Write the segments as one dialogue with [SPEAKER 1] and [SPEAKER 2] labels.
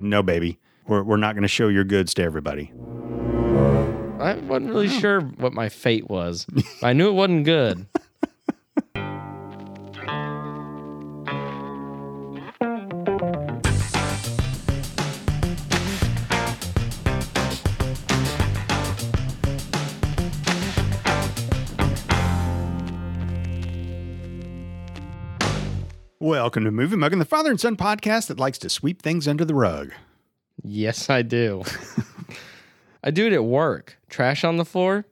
[SPEAKER 1] no, baby, we're, we're not going to show your goods to everybody.
[SPEAKER 2] I wasn't really sure what my fate was. but I knew it wasn't good.
[SPEAKER 1] Welcome to Movie Mugging, the father and son podcast that likes to sweep things under the rug.
[SPEAKER 2] Yes, I do. I do it at work. Trash on the floor.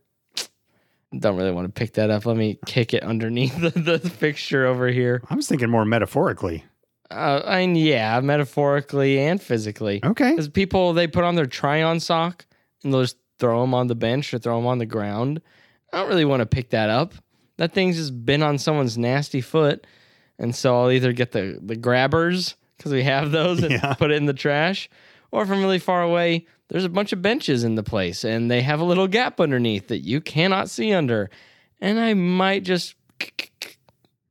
[SPEAKER 2] Don't really want to pick that up. Let me kick it underneath the, the picture over here.
[SPEAKER 1] I was thinking more metaphorically.
[SPEAKER 2] Uh, and yeah, metaphorically and physically.
[SPEAKER 1] Okay.
[SPEAKER 2] Because people they put on their try-on sock and they'll just throw them on the bench or throw them on the ground. I don't really want to pick that up. That thing's just been on someone's nasty foot, and so I'll either get the the grabbers because we have those and
[SPEAKER 1] Yeah.
[SPEAKER 2] put it in the trash, or from really far away. There's a bunch of benches in the place, and they have a little gap underneath that you cannot see under, and I might just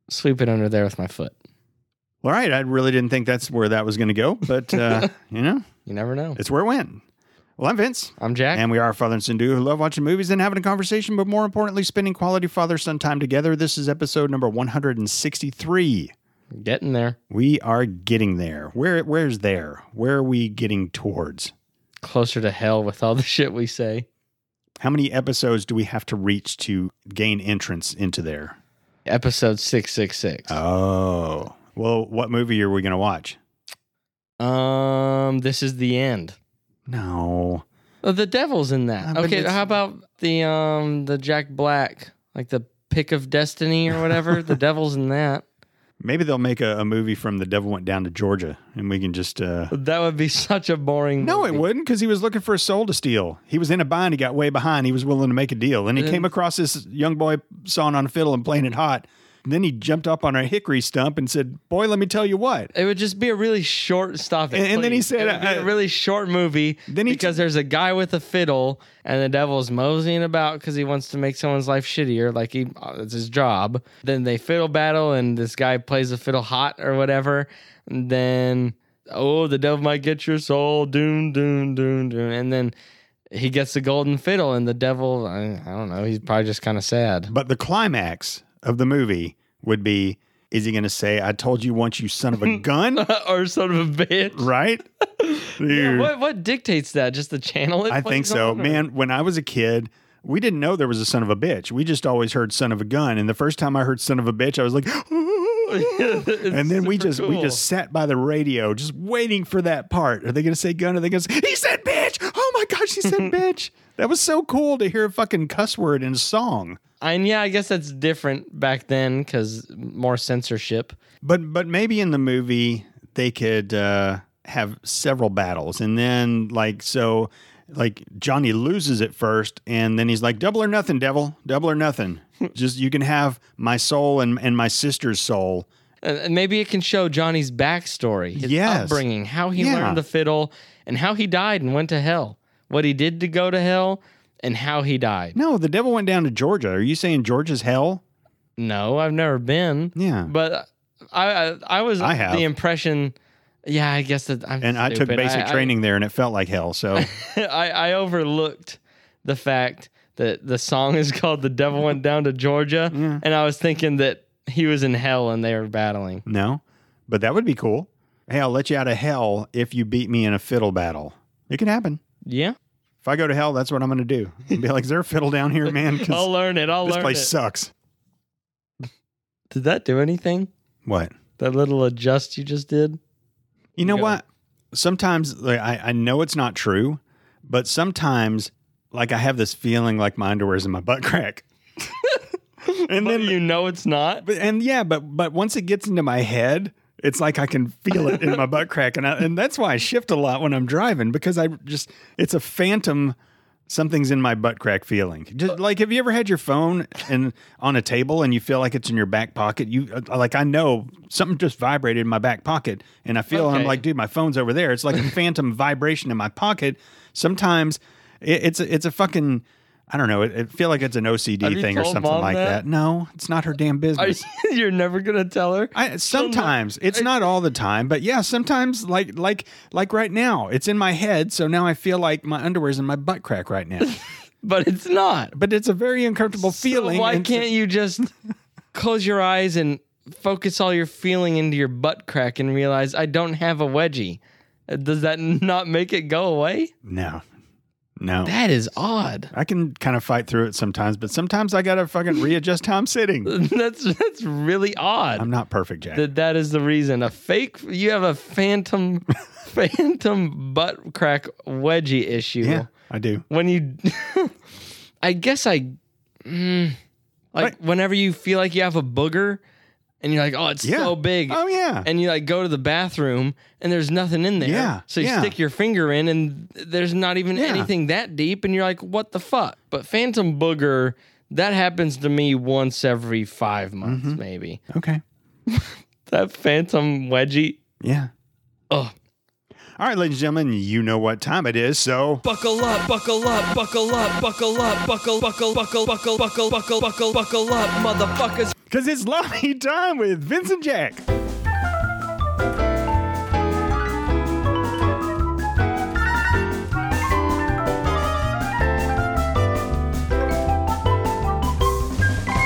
[SPEAKER 2] sweep it under there with my foot.
[SPEAKER 1] All right. I really didn't think that's where that was going to go, but, uh, you know,
[SPEAKER 2] You never know.
[SPEAKER 1] it's where it went. Well, I'm Vince.
[SPEAKER 2] I'm Jack.
[SPEAKER 1] And we are father and son duo who love watching movies and having a conversation, but more importantly, spending quality father son time together. This is episode number 163.
[SPEAKER 2] Getting there.
[SPEAKER 1] We are getting there. Where Where's there? Where are we getting towards?
[SPEAKER 2] closer to hell with all the shit we say.
[SPEAKER 1] How many episodes do we have to reach to gain entrance into there?
[SPEAKER 2] Episode 666.
[SPEAKER 1] Oh. Well, what movie are we going to watch? Oh.
[SPEAKER 2] Um, this is the end.
[SPEAKER 1] No.
[SPEAKER 2] Oh, the devil's in
[SPEAKER 1] Uh,
[SPEAKER 2] that.
[SPEAKER 1] but
[SPEAKER 2] okay,
[SPEAKER 1] it's-
[SPEAKER 2] how about the um the Jack Black, like the pick of destiny or whatever? the devil's in that.
[SPEAKER 1] Maybe they'll make a, a movie from The Devil Went Down to Georgia and we can just. Uh...
[SPEAKER 2] That would be such a boring.
[SPEAKER 1] No, it
[SPEAKER 2] movie.
[SPEAKER 1] wouldn't because he was looking for a soul to steal. He was in a bind. He got way behind. He was willing to make a deal. Then he
[SPEAKER 2] Then-
[SPEAKER 1] came across this young boy sawing on a fiddle and playing it hot. And then he jumped up on a hickory stump and said, Boy, let me tell you what.
[SPEAKER 2] It would just be a really short stop. It,
[SPEAKER 1] And- and then he
[SPEAKER 2] please.
[SPEAKER 1] said,
[SPEAKER 2] it would be
[SPEAKER 1] uh,
[SPEAKER 2] a really short movie
[SPEAKER 1] Then he
[SPEAKER 2] because there's a guy with a fiddle and the devil's moseying about because he wants to make someone's life shittier, like he uh, it's his job. Then they fiddle battle and this guy plays the fiddle hot or whatever. And then oh, the devil might get your soul, doon doon doon doon, and then he gets the golden fiddle and the devil, I, I don't know, he's probably just kind of sad.
[SPEAKER 1] But the climax of the movie would be Is he going to say, I told you once, you son of a gun?
[SPEAKER 2] or son of a bitch.
[SPEAKER 1] right? Dude,
[SPEAKER 2] What what dictates that? Just the channel? It
[SPEAKER 1] I think
[SPEAKER 2] plays
[SPEAKER 1] so.
[SPEAKER 2] on, or-
[SPEAKER 1] Man, when I was a kid, we didn't know there was a son of a bitch. We just always heard son of a gun. And the first time I heard son of a bitch, I was like, and then we just we just sat by the radio just waiting for that part. Are they gonna say gun? Are they gonna say he said bitch? Oh my gosh, he said bitch. That was so cool to hear a fucking cuss word in a song.
[SPEAKER 2] and yeah, I guess that's different back then because more censorship.
[SPEAKER 1] But but maybe in the movie they could uh, have several battles and then like so like Johnny loses at first and then he's like double or nothing, devil, double or nothing. just you can have my soul and, and my sister's soul.
[SPEAKER 2] And and maybe it can show Johnny's backstory, his
[SPEAKER 1] Yes.
[SPEAKER 2] upbringing, how he
[SPEAKER 1] Yeah.
[SPEAKER 2] learned the fiddle, and how he died and went to hell, what he did to go to hell, and how he died.
[SPEAKER 1] No, the devil went down to Georgia. Are you saying Georgia's hell?
[SPEAKER 2] No, I've never been,
[SPEAKER 1] Yeah.
[SPEAKER 2] but I I, I was
[SPEAKER 1] I have.
[SPEAKER 2] the impression. Yeah, I guess that I'm
[SPEAKER 1] and I took
[SPEAKER 2] stupid.
[SPEAKER 1] basic
[SPEAKER 2] I- I-
[SPEAKER 1] training there, and it felt like hell. So
[SPEAKER 2] I, I overlooked the fact that the song is called "The Devil Went Down to Georgia,"
[SPEAKER 1] Yeah.
[SPEAKER 2] and I was thinking that he was in hell and they were battling.
[SPEAKER 1] no, but that would be cool. Hey, I'll let you out of hell if you beat me in a fiddle battle. It could happen.
[SPEAKER 2] Yeah,
[SPEAKER 1] If I go to hell, that's what I'm going to do. Be like, is there a fiddle down here, man?
[SPEAKER 2] I'll
[SPEAKER 1] Because
[SPEAKER 2] learn it. I'll
[SPEAKER 1] this
[SPEAKER 2] learn
[SPEAKER 1] place
[SPEAKER 2] it.
[SPEAKER 1] sucks.
[SPEAKER 2] Did that do anything?
[SPEAKER 1] What?
[SPEAKER 2] That little adjust you just did?
[SPEAKER 1] You know
[SPEAKER 2] Yeah.
[SPEAKER 1] what? Sometimes like, I, I know it's not true, but sometimes like I have this feeling like my underwear's in my butt crack. and
[SPEAKER 2] But
[SPEAKER 1] then
[SPEAKER 2] you know it's not.
[SPEAKER 1] But and yeah, but but once it gets into my head, it's like I can feel it in my butt crack, and I, and that's why I shift a lot when I'm driving because I just it's a phantom. Something's in my butt crack feeling. Just like, have you ever had your phone and on a table and you feel like it's in your back pocket? You uh, like, I know something just vibrated in my back pocket, and I feel I'm
[SPEAKER 2] Okay.
[SPEAKER 1] like, dude, my phone's over there. It's like a phantom vibration in my pocket. Sometimes it, it's a, it's a fucking I don't know. It, it feel like it's an
[SPEAKER 2] Have
[SPEAKER 1] OCD
[SPEAKER 2] you
[SPEAKER 1] thing or
[SPEAKER 2] told
[SPEAKER 1] something
[SPEAKER 2] Mom
[SPEAKER 1] like
[SPEAKER 2] that?
[SPEAKER 1] that. No, it's not her damn
[SPEAKER 2] Are
[SPEAKER 1] business.
[SPEAKER 2] you, you're never gonna tell her.
[SPEAKER 1] I, sometimes it's
[SPEAKER 2] I-
[SPEAKER 1] not all the time, but yeah, sometimes like like like right now, it's in my head, so now I feel like my underwear's in my butt crack right now.
[SPEAKER 2] but it's not.
[SPEAKER 1] but it's a very uncomfortable
[SPEAKER 2] So
[SPEAKER 1] feeling.
[SPEAKER 2] why
[SPEAKER 1] and-
[SPEAKER 2] can't you just close your eyes and focus all your feeling into your butt crack and realize I don't have a wedgie? Uh, Does that not make it go away?
[SPEAKER 1] No, no.
[SPEAKER 2] That is odd.
[SPEAKER 1] I can kind of fight through it sometimes, but sometimes I gotta fucking readjust how I'm sitting.
[SPEAKER 2] That's that's really odd.
[SPEAKER 1] I'm not perfect, Jack.
[SPEAKER 2] that that is the reason. A fake you have a phantom phantom butt crack wedgie issue.
[SPEAKER 1] yeah, I do.
[SPEAKER 2] When you I guess I mm, like
[SPEAKER 1] Right.
[SPEAKER 2] whenever you feel like you have a booger and you're like, "Oh, it's
[SPEAKER 1] Yeah.
[SPEAKER 2] so big."
[SPEAKER 1] Oh yeah.
[SPEAKER 2] And you like go to the bathroom and there's nothing in there.
[SPEAKER 1] Yeah,
[SPEAKER 2] So you
[SPEAKER 1] yeah.
[SPEAKER 2] stick your finger in and there's not even
[SPEAKER 1] Yeah.
[SPEAKER 2] anything that deep and you're like, "What the fuck?" But phantom booger that happens to me once every 5 months maybe.
[SPEAKER 1] okay.
[SPEAKER 2] That phantom wedgie
[SPEAKER 1] Yeah.
[SPEAKER 2] Oh,
[SPEAKER 1] All right, ladies and gentlemen, you know what time it is, so
[SPEAKER 3] Buckle up, buckle up, buckle up, buckle up, buckle, buckle, buckle, buckle, buckle, buckle, buckle, buckle up, motherfuckers.
[SPEAKER 1] because it's lobby time with Vincent Jack.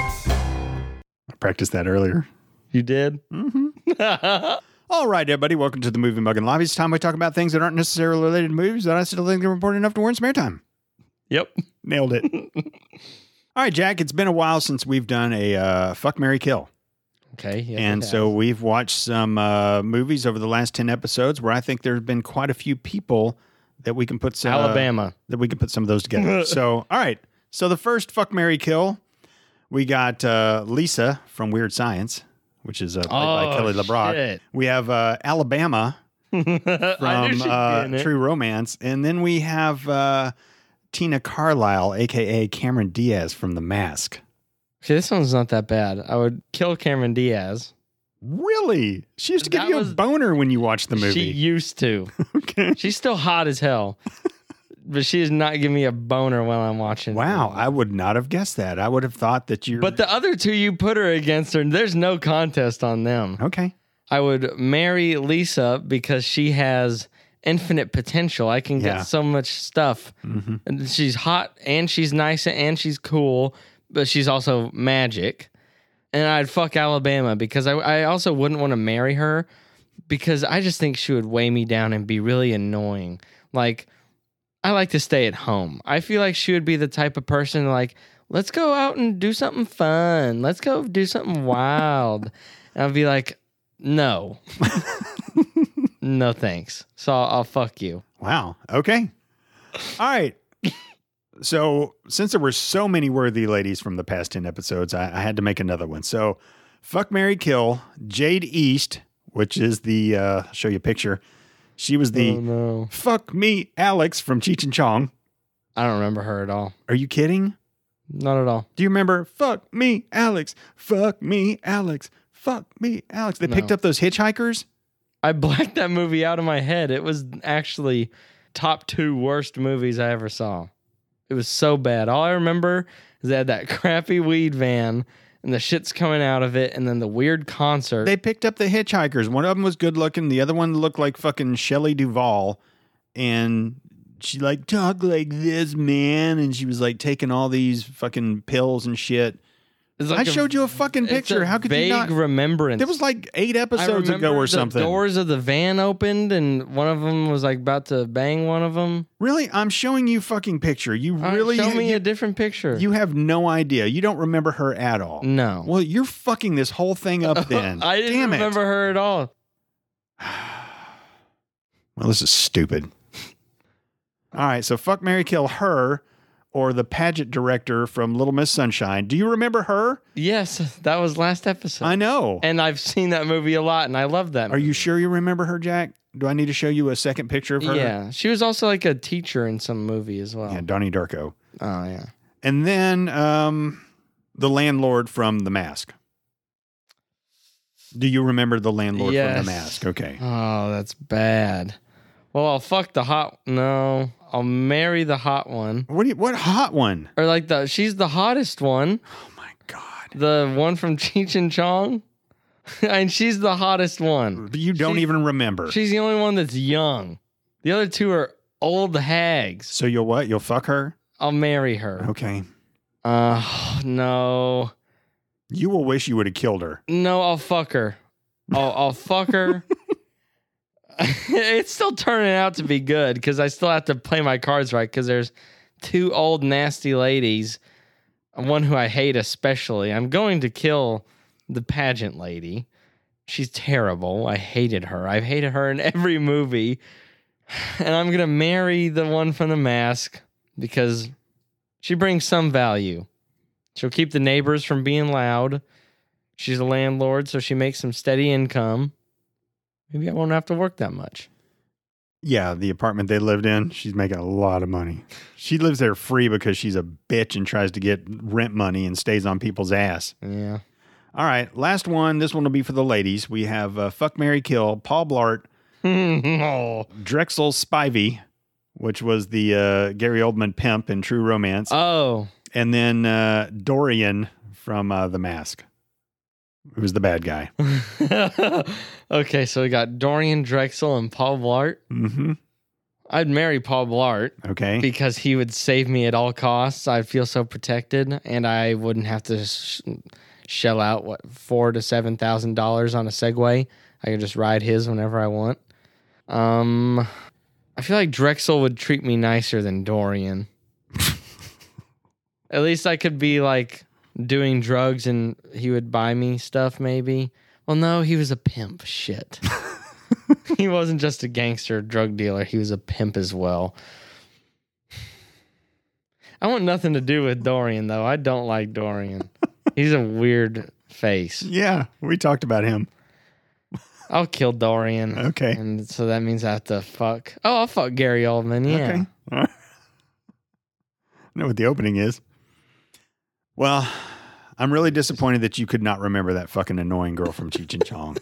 [SPEAKER 1] I practiced that earlier.
[SPEAKER 2] you did?
[SPEAKER 1] Mm-hmm. All right, everybody, welcome to the Movie Mug and Lobby. It's time we talk about things that aren't necessarily related to movies that I still think are important enough to warrant some airtime.
[SPEAKER 2] Yep.
[SPEAKER 1] Nailed it. All right, Jack, it's been a while since we've done a uh, Fuck, Mary Kill.
[SPEAKER 2] Okay. yeah,
[SPEAKER 1] And
[SPEAKER 2] okay.
[SPEAKER 1] so we've watched some uh, movies over the last ten episodes where I think there have been quite a few people that we can put some uh,
[SPEAKER 2] Alabama.
[SPEAKER 1] that we can put some of those together. so all right, so the first fuck Mary kill, we got uh, Lisa from Weird Science, which is uh, played by
[SPEAKER 2] Oh,
[SPEAKER 1] Kelly LeBrock.
[SPEAKER 2] shit.
[SPEAKER 1] We have uh, Alabama
[SPEAKER 2] I knew
[SPEAKER 1] from
[SPEAKER 2] she'd be
[SPEAKER 1] uh,
[SPEAKER 2] in it.
[SPEAKER 1] True Romance, and then we have uh, Tina Carlisle, aka Cameron Diaz from The Mask.
[SPEAKER 2] Okay, this one's not that bad. I would kill Cameron Diaz.
[SPEAKER 1] Really? She used to give
[SPEAKER 2] That
[SPEAKER 1] you
[SPEAKER 2] was-
[SPEAKER 1] a boner when you watched the
[SPEAKER 2] She
[SPEAKER 1] movie.
[SPEAKER 2] used to.
[SPEAKER 1] okay.
[SPEAKER 2] She's still hot as hell, but she is not giving me a boner while I'm watching.
[SPEAKER 1] Wow, I would not have guessed that. I would have thought that you're.
[SPEAKER 2] But the other two you put her against her, there's no contest on them.
[SPEAKER 1] okay,
[SPEAKER 2] I would marry Lisa because she has infinite potential. I can
[SPEAKER 1] Yeah.
[SPEAKER 2] get so much stuff.
[SPEAKER 1] Mm-hmm.
[SPEAKER 2] And she's hot and she's nice and she's cool, but she's also magic. And I'd fuck Alabama because I, I also wouldn't want to marry her because I just think she would weigh me down and be really annoying. Like, I like to stay at home. I feel like she would be the type of person like, let's go out and do something fun. Let's go do something wild. and I'd be like, no. no thanks. So I'll, I'll fuck you.
[SPEAKER 1] wow, okay, all right. So, since there were so many worthy ladies from the past ten episodes, I, I had to make another one. So, fuck Mary Kill Jade East, which is the uh, I'll show you a picture. She was the
[SPEAKER 2] oh, no.
[SPEAKER 1] fuck me Alex from Cheech and Chong.
[SPEAKER 2] I don't remember her at all.
[SPEAKER 1] Are you kidding?
[SPEAKER 2] Not at all.
[SPEAKER 1] Do you remember fuck me Alex? Fuck me Alex. Fuck me Alex. They picked
[SPEAKER 2] No.
[SPEAKER 1] up those hitchhikers.
[SPEAKER 2] I blacked that movie out of my head. It was actually top two worst movies I ever saw. It was so bad. All I remember is they had that crappy weed van and the shit's coming out of it, and then the weird concert.
[SPEAKER 1] They picked up the hitchhikers. One of them was good looking. The other one looked like fucking Shelley Duvall, and she like talk like this man, and she was like taking all these fucking pills and shit.
[SPEAKER 2] It's
[SPEAKER 1] I
[SPEAKER 2] like a-
[SPEAKER 1] showed you a fucking
[SPEAKER 2] it's
[SPEAKER 1] picture.
[SPEAKER 2] a
[SPEAKER 1] How could
[SPEAKER 2] vague
[SPEAKER 1] you not?
[SPEAKER 2] remembrance?
[SPEAKER 1] There was like eight
[SPEAKER 2] I
[SPEAKER 1] episodes ago
[SPEAKER 2] remember
[SPEAKER 1] or
[SPEAKER 2] the
[SPEAKER 1] something.
[SPEAKER 2] Doors of the van opened, and one of them was like about to bang one of them.
[SPEAKER 1] Really, I'm showing you fucking picture. You
[SPEAKER 2] All right,
[SPEAKER 1] really
[SPEAKER 2] show me
[SPEAKER 1] you,
[SPEAKER 2] a different picture.
[SPEAKER 1] you have no idea. You don't remember her at all.
[SPEAKER 2] no,
[SPEAKER 1] Well, you're fucking this whole thing up then.
[SPEAKER 2] I didn't
[SPEAKER 1] Damn
[SPEAKER 2] remember
[SPEAKER 1] It.
[SPEAKER 2] her at all.
[SPEAKER 1] Well, this is stupid. All right, so fuck Mary Kill her or the pageant director from Little Miss Sunshine. Do you remember her?
[SPEAKER 2] Yes, that was last episode,
[SPEAKER 1] I know.
[SPEAKER 2] and I've seen that movie a lot, and I love that.
[SPEAKER 1] Are you sure you remember her, Jack? Do I need to show you a second picture of her?
[SPEAKER 2] Yeah, she was also like a teacher in some movie as well.
[SPEAKER 1] Yeah, Donnie Darko.
[SPEAKER 2] Oh yeah,
[SPEAKER 1] And then um the landlord from The Mask. Do you remember the landlord from
[SPEAKER 2] Yes.
[SPEAKER 1] The Mask? Okay.
[SPEAKER 2] oh that's bad. Well, I'll fuck the hot. No, I'll marry the hot one.
[SPEAKER 1] What do you, what hot one?
[SPEAKER 2] Or like the she's the hottest one.
[SPEAKER 1] Oh my god.
[SPEAKER 2] The one from Cheech and Chong. and she's the hottest one.
[SPEAKER 1] You don't
[SPEAKER 2] She-
[SPEAKER 1] even remember.
[SPEAKER 2] She's the only one that's young. The other two are old hags.
[SPEAKER 1] so you'll what? You'll fuck her?
[SPEAKER 2] I'll marry her.
[SPEAKER 1] Okay.
[SPEAKER 2] Oh no.
[SPEAKER 1] You will wish you would have killed her.
[SPEAKER 2] No, I'll fuck her. I'll, I'll fuck her. it's still turning out to be good because I still have to play my cards right because there's two old nasty ladies, one who I hate especially. I'm going to kill the pageant lady. She's terrible. I hated her. I've hated her in every movie. And I'm going to marry the one from the mask because she brings some value. She'll keep the neighbors from being loud. She's a landlord, so she makes some steady income. Maybe I won't have to work that much.
[SPEAKER 1] Yeah, the apartment they lived in, she's making a lot of money. She lives there free because she's a bitch and tries to get rent money and stays on people's ass.
[SPEAKER 2] Yeah.
[SPEAKER 1] All right, last one. This one will be for the ladies. We have uh, Fuck Mary Kill, Paul Blart,
[SPEAKER 2] oh.
[SPEAKER 1] Drexel Spivey, which was the uh, Gary Oldman pimp in True Romance,
[SPEAKER 2] Oh.
[SPEAKER 1] and then uh, Dorian from uh, The Mask, who was the bad guy.
[SPEAKER 2] okay, so we got Dorian Drexel and Paul Blart.
[SPEAKER 1] hmm
[SPEAKER 2] I'd marry Paul Blart
[SPEAKER 1] Okay.
[SPEAKER 2] because he would save me at all costs. I'd feel so protected, and I wouldn't have to sh- shell out what four to seven thousand dollars on a Segway. I could just ride his whenever I want. Um, I feel like Drexel would treat me nicer than Dorian. at least I could be like doing drugs, and he would buy me stuff. Maybe. Well, no, he was a pimp. Shit. he wasn't just a gangster drug dealer. He was a pimp as well. I want nothing to do with Dorian though. I don't like Dorian. He's a weird face.
[SPEAKER 1] Yeah, we talked about him.
[SPEAKER 2] I'll kill Dorian.
[SPEAKER 1] Okay.
[SPEAKER 2] And so that means I have to fuck. Oh, I'll fuck Gary Oldman. Yeah.
[SPEAKER 1] Okay. All right. I know what the opening is. Well, I'm really disappointed that you could not remember that fucking annoying girl from Cheech and Chong.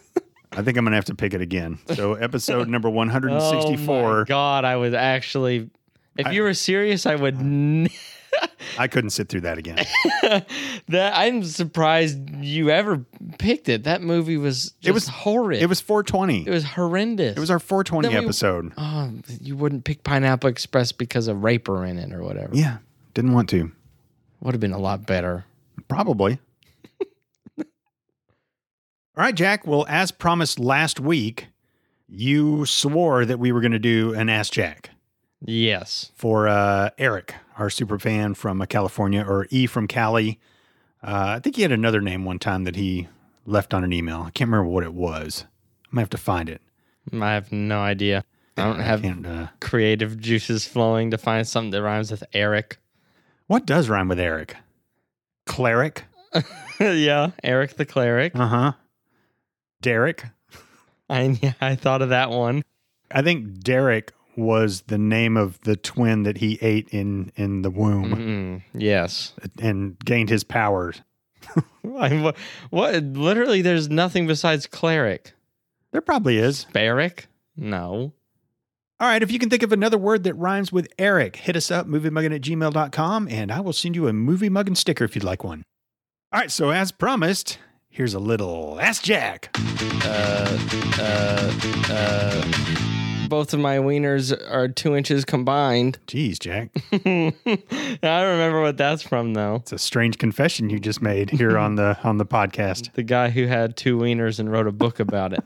[SPEAKER 1] I think I'm gonna have to pick it again. So episode number
[SPEAKER 2] Oh my
[SPEAKER 1] 164.
[SPEAKER 2] God, I was actually. If
[SPEAKER 1] I-
[SPEAKER 2] you were serious, I would. N-
[SPEAKER 1] I couldn't sit through that again.
[SPEAKER 2] that I'm surprised you ever picked it. That movie was. Just
[SPEAKER 1] was-
[SPEAKER 2] horrid.
[SPEAKER 1] It was 420.
[SPEAKER 2] It was horrendous.
[SPEAKER 1] It was our 420
[SPEAKER 2] Then we-
[SPEAKER 1] episode.
[SPEAKER 2] Oh, you wouldn't pick Pineapple Express because of Raper in it or whatever.
[SPEAKER 1] Yeah, didn't want to.
[SPEAKER 2] Would have been a lot better.
[SPEAKER 1] Probably. All right, Jack. Well, as promised last week, you swore that we were going to do an Ask Jack.
[SPEAKER 2] Yes.
[SPEAKER 1] for uh, Eric, our super fan from uh, California, or E from Cali. Uh, I think he had another name one time that he left on an email. I can't remember what it was. I'm gonna have to find it.
[SPEAKER 2] I have no idea. I don't have
[SPEAKER 1] can't, uh,
[SPEAKER 2] creative juices flowing to find something that rhymes with Eric.
[SPEAKER 1] what does rhyme with Eric? Cleric.
[SPEAKER 2] yeah, Eric the cleric.
[SPEAKER 1] Uh huh. Derek.
[SPEAKER 2] I yeah, I thought of that one.
[SPEAKER 1] I think Derek was the name of the twin that he ate in in the womb
[SPEAKER 2] Mm, yes.
[SPEAKER 1] and gained his powers.
[SPEAKER 2] I, what, what? Literally, there's nothing besides cleric.
[SPEAKER 1] There probably is.
[SPEAKER 2] Beric? No.
[SPEAKER 1] All right, if you can think of another word that rhymes with Eric, hit us up, moviemuggin at gmail.com, and I will send you a movie muggin sticker if you'd like one. All right, so as promised, here's a little Ask Jack.
[SPEAKER 2] Both of my wieners are two inches combined.
[SPEAKER 1] Jeez, Jack,
[SPEAKER 2] I don't remember what that's from though.
[SPEAKER 1] it's a strange confession you just made here on the on the podcast.
[SPEAKER 2] The guy who had two wieners and wrote a book about it.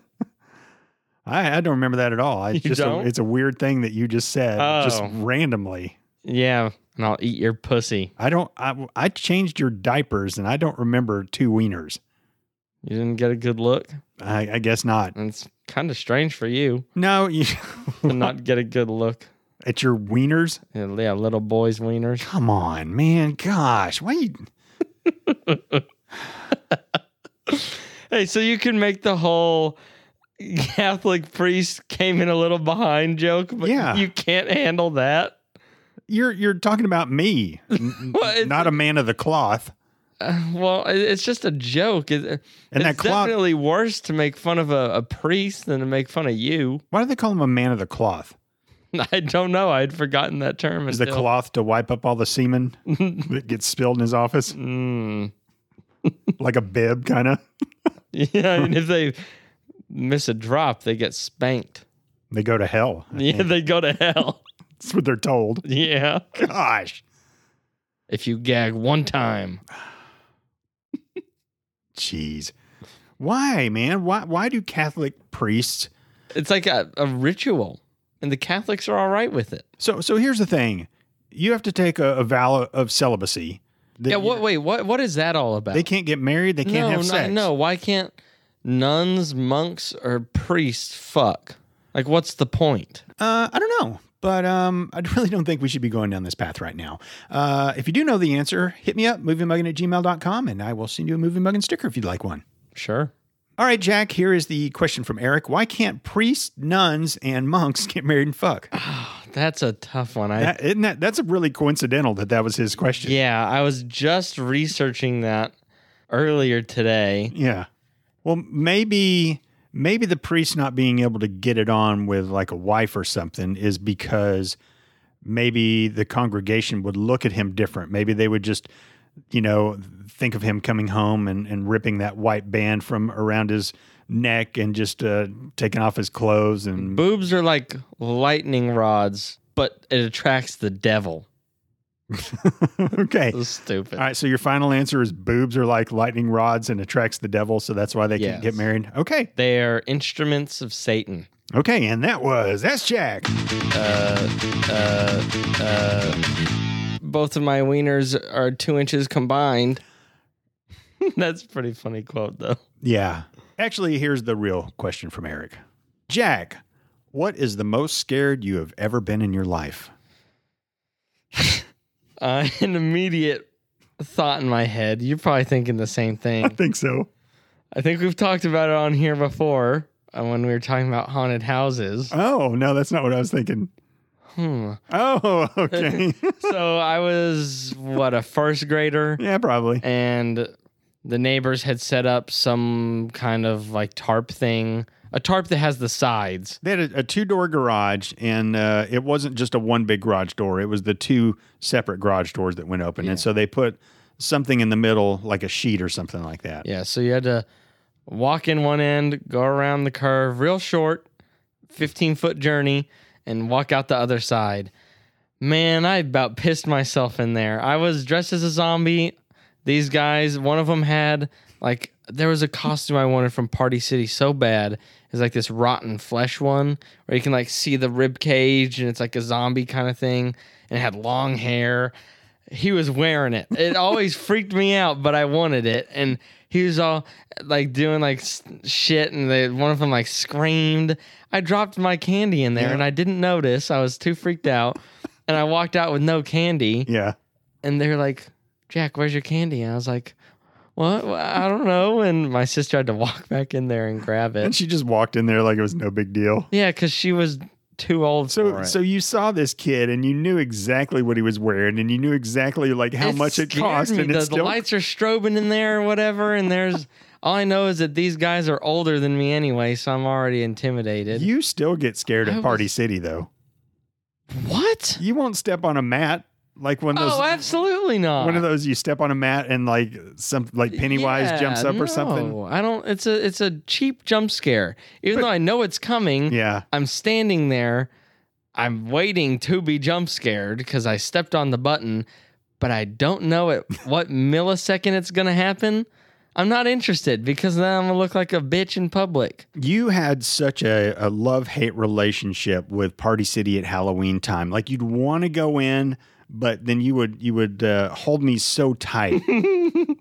[SPEAKER 1] I, I don't remember that at all. I
[SPEAKER 2] You
[SPEAKER 1] just a-
[SPEAKER 2] don't?
[SPEAKER 1] it's a weird thing that you just said, just
[SPEAKER 2] Oh.
[SPEAKER 1] randomly.
[SPEAKER 2] Yeah, and I'll eat your pussy.
[SPEAKER 1] I don't. I, I changed your diapers, and I don't remember two wieners.
[SPEAKER 2] You didn't get a good look.
[SPEAKER 1] I, I guess not.
[SPEAKER 2] And it's kind of strange for you
[SPEAKER 1] No, you,
[SPEAKER 2] to not get a good look.
[SPEAKER 1] at your wieners.
[SPEAKER 2] Yeah, yeah, little boys' wieners.
[SPEAKER 1] Come on, man. Gosh, why you?
[SPEAKER 2] Hey, so you can make the whole Catholic priest came in a little behind joke, but
[SPEAKER 1] Yeah.
[SPEAKER 2] you can't handle that.
[SPEAKER 1] You're you're talking about me, N-
[SPEAKER 2] Well, it's-
[SPEAKER 1] not a man of the cloth.
[SPEAKER 2] Uh, well, it- it's just a joke. It,
[SPEAKER 1] And that
[SPEAKER 2] it's
[SPEAKER 1] cloth.
[SPEAKER 2] definitely worse to make fun of a, a priest than to make fun of you.
[SPEAKER 1] Why do they call him a man of the cloth?
[SPEAKER 2] I don't know. I'd forgotten that term.
[SPEAKER 1] Is the
[SPEAKER 2] until-
[SPEAKER 1] cloth to wipe up all the semen that gets spilled in his office?
[SPEAKER 2] Mm.
[SPEAKER 1] Like a bib, kind of.
[SPEAKER 2] Yeah, and if they miss a drop, they get spanked.
[SPEAKER 1] They go to hell. I
[SPEAKER 2] Yeah,
[SPEAKER 1] think.
[SPEAKER 2] they go to hell.
[SPEAKER 1] That's what they're told.
[SPEAKER 2] Yeah.
[SPEAKER 1] Gosh.
[SPEAKER 2] If you gag one time.
[SPEAKER 1] Jeez. Why, man? Why why do Catholic priests
[SPEAKER 2] It's like a, a ritual. And the Catholics are all right with it.
[SPEAKER 1] So so here's the thing. You have to take a, a vow of celibacy. that
[SPEAKER 2] Yeah,
[SPEAKER 1] you-
[SPEAKER 2] what wait, what what is that all about?
[SPEAKER 1] They can't get married, they can't
[SPEAKER 2] no,
[SPEAKER 1] have
[SPEAKER 2] no,
[SPEAKER 1] sex.
[SPEAKER 2] no, why can't nuns, monks, or priests fuck? Like what's the point?
[SPEAKER 1] Uh, I don't know, but um, I really don't think we should be going down this path right now. Uh, if you do know the answer, hit me up, moviemuggin at gmail.com, and I will send you a movie muggin sticker if you'd like one.
[SPEAKER 2] Sure.
[SPEAKER 1] All right, Jack, here is the question from Eric Why can't priests, nuns, and monks get married and fuck?
[SPEAKER 2] That's a tough one. I
[SPEAKER 1] That, isn't that, that's really coincidental that that was his question.
[SPEAKER 2] Yeah, I was just researching that earlier today.
[SPEAKER 1] Yeah. Well, maybe maybe the priest not being able to get it on with like a wife or something is because maybe the congregation would look at him different. Maybe they would just, you know, think of him coming home and, and ripping that white band from around his neck and just uh, taking off his clothes and
[SPEAKER 2] Boobs are like lightning rods, but it attracts the devil.
[SPEAKER 1] okay.
[SPEAKER 2] So stupid.
[SPEAKER 1] All right, so your final answer is boobs are like lightning rods and attracts the devil, so that's why they can't get
[SPEAKER 2] Yes.
[SPEAKER 1] married. Okay.
[SPEAKER 2] They are instruments of Satan.
[SPEAKER 1] Okay, and that was that's Jack.
[SPEAKER 2] Both of my wieners are two inches combined. That's a pretty funny quote though.
[SPEAKER 1] Yeah. Actually, here's the real question from Eric Jack, what is the most scared you have ever been in your life?
[SPEAKER 2] Uh, an immediate thought in my head. You're probably thinking the same
[SPEAKER 1] I
[SPEAKER 2] thing.
[SPEAKER 1] think so.
[SPEAKER 2] I think we've talked about it on here before uh, when we were talking about haunted houses.
[SPEAKER 1] Oh, no, that's not what I was thinking.
[SPEAKER 2] Hmm.
[SPEAKER 1] Oh, okay.
[SPEAKER 2] so I was what a first grader,
[SPEAKER 1] yeah, probably.
[SPEAKER 2] and the neighbors had set up some kind of like tarp thing, a tarp that has the sides.
[SPEAKER 1] They had a, a two door garage, and uh, it wasn't just a one big garage door. It was the two separate garage doors that went open. And so they put something in the middle, like a sheet or something like that.
[SPEAKER 2] Yeah, so you had to walk in one end, go around the curve, real short, fifteen foot journey, and walk out the other side. Man, I about pissed myself in there. I was dressed as a zombie. These guys, one of them had like there was a costume I wanted from Party City so bad. It's like this rotten flesh one where you can like see the rib cage and it's like a zombie kind of thing and it had long hair. He was wearing it. It always freaked me out, but I wanted it. And he was all like doing like s- shit and they, one of them like screamed. I dropped my candy in there and I didn't notice. I was too freaked out. And I walked out with no candy
[SPEAKER 1] Yeah.
[SPEAKER 2] and they're like, Jack, where's your candy? And I was like, what? Well, I don't know. And my sister had to walk back in there and grab
[SPEAKER 1] And
[SPEAKER 2] it.
[SPEAKER 1] she just walked in there like it was no big deal.
[SPEAKER 2] Yeah, because she was too old for
[SPEAKER 1] So,
[SPEAKER 2] it.
[SPEAKER 1] so you saw this kid and you knew exactly what he was wearing and you knew exactly like how
[SPEAKER 2] It
[SPEAKER 1] much it
[SPEAKER 2] scared
[SPEAKER 1] cost
[SPEAKER 2] me.
[SPEAKER 1] and
[SPEAKER 2] the,
[SPEAKER 1] it's
[SPEAKER 2] the
[SPEAKER 1] still
[SPEAKER 2] lights are strobing in there or whatever. And there's all I know is that these guys are older than me anyway, so I'm already intimidated.
[SPEAKER 1] you still get scared
[SPEAKER 2] I
[SPEAKER 1] at Party
[SPEAKER 2] was-
[SPEAKER 1] City though.
[SPEAKER 2] what?
[SPEAKER 1] You won't step on a mat like one of those
[SPEAKER 2] Oh, absolutely not.
[SPEAKER 1] one of those you step on a mat and like some like Pennywise
[SPEAKER 2] Yeah,
[SPEAKER 1] jumps up or something.
[SPEAKER 2] no, I don't. It's a it's a cheap jump scare. Even though I know it's coming,
[SPEAKER 1] Yeah.
[SPEAKER 2] I'm standing there. I'm waiting to be jump scared because I stepped on the button, but I don't know at what millisecond it's going to happen. I'm not interested because then I'm going to look like a bitch in public.
[SPEAKER 1] You had such a, a love hate relationship with Party City at Halloween time. Like you'd want to go in, but then you would you would uh, hold me so tight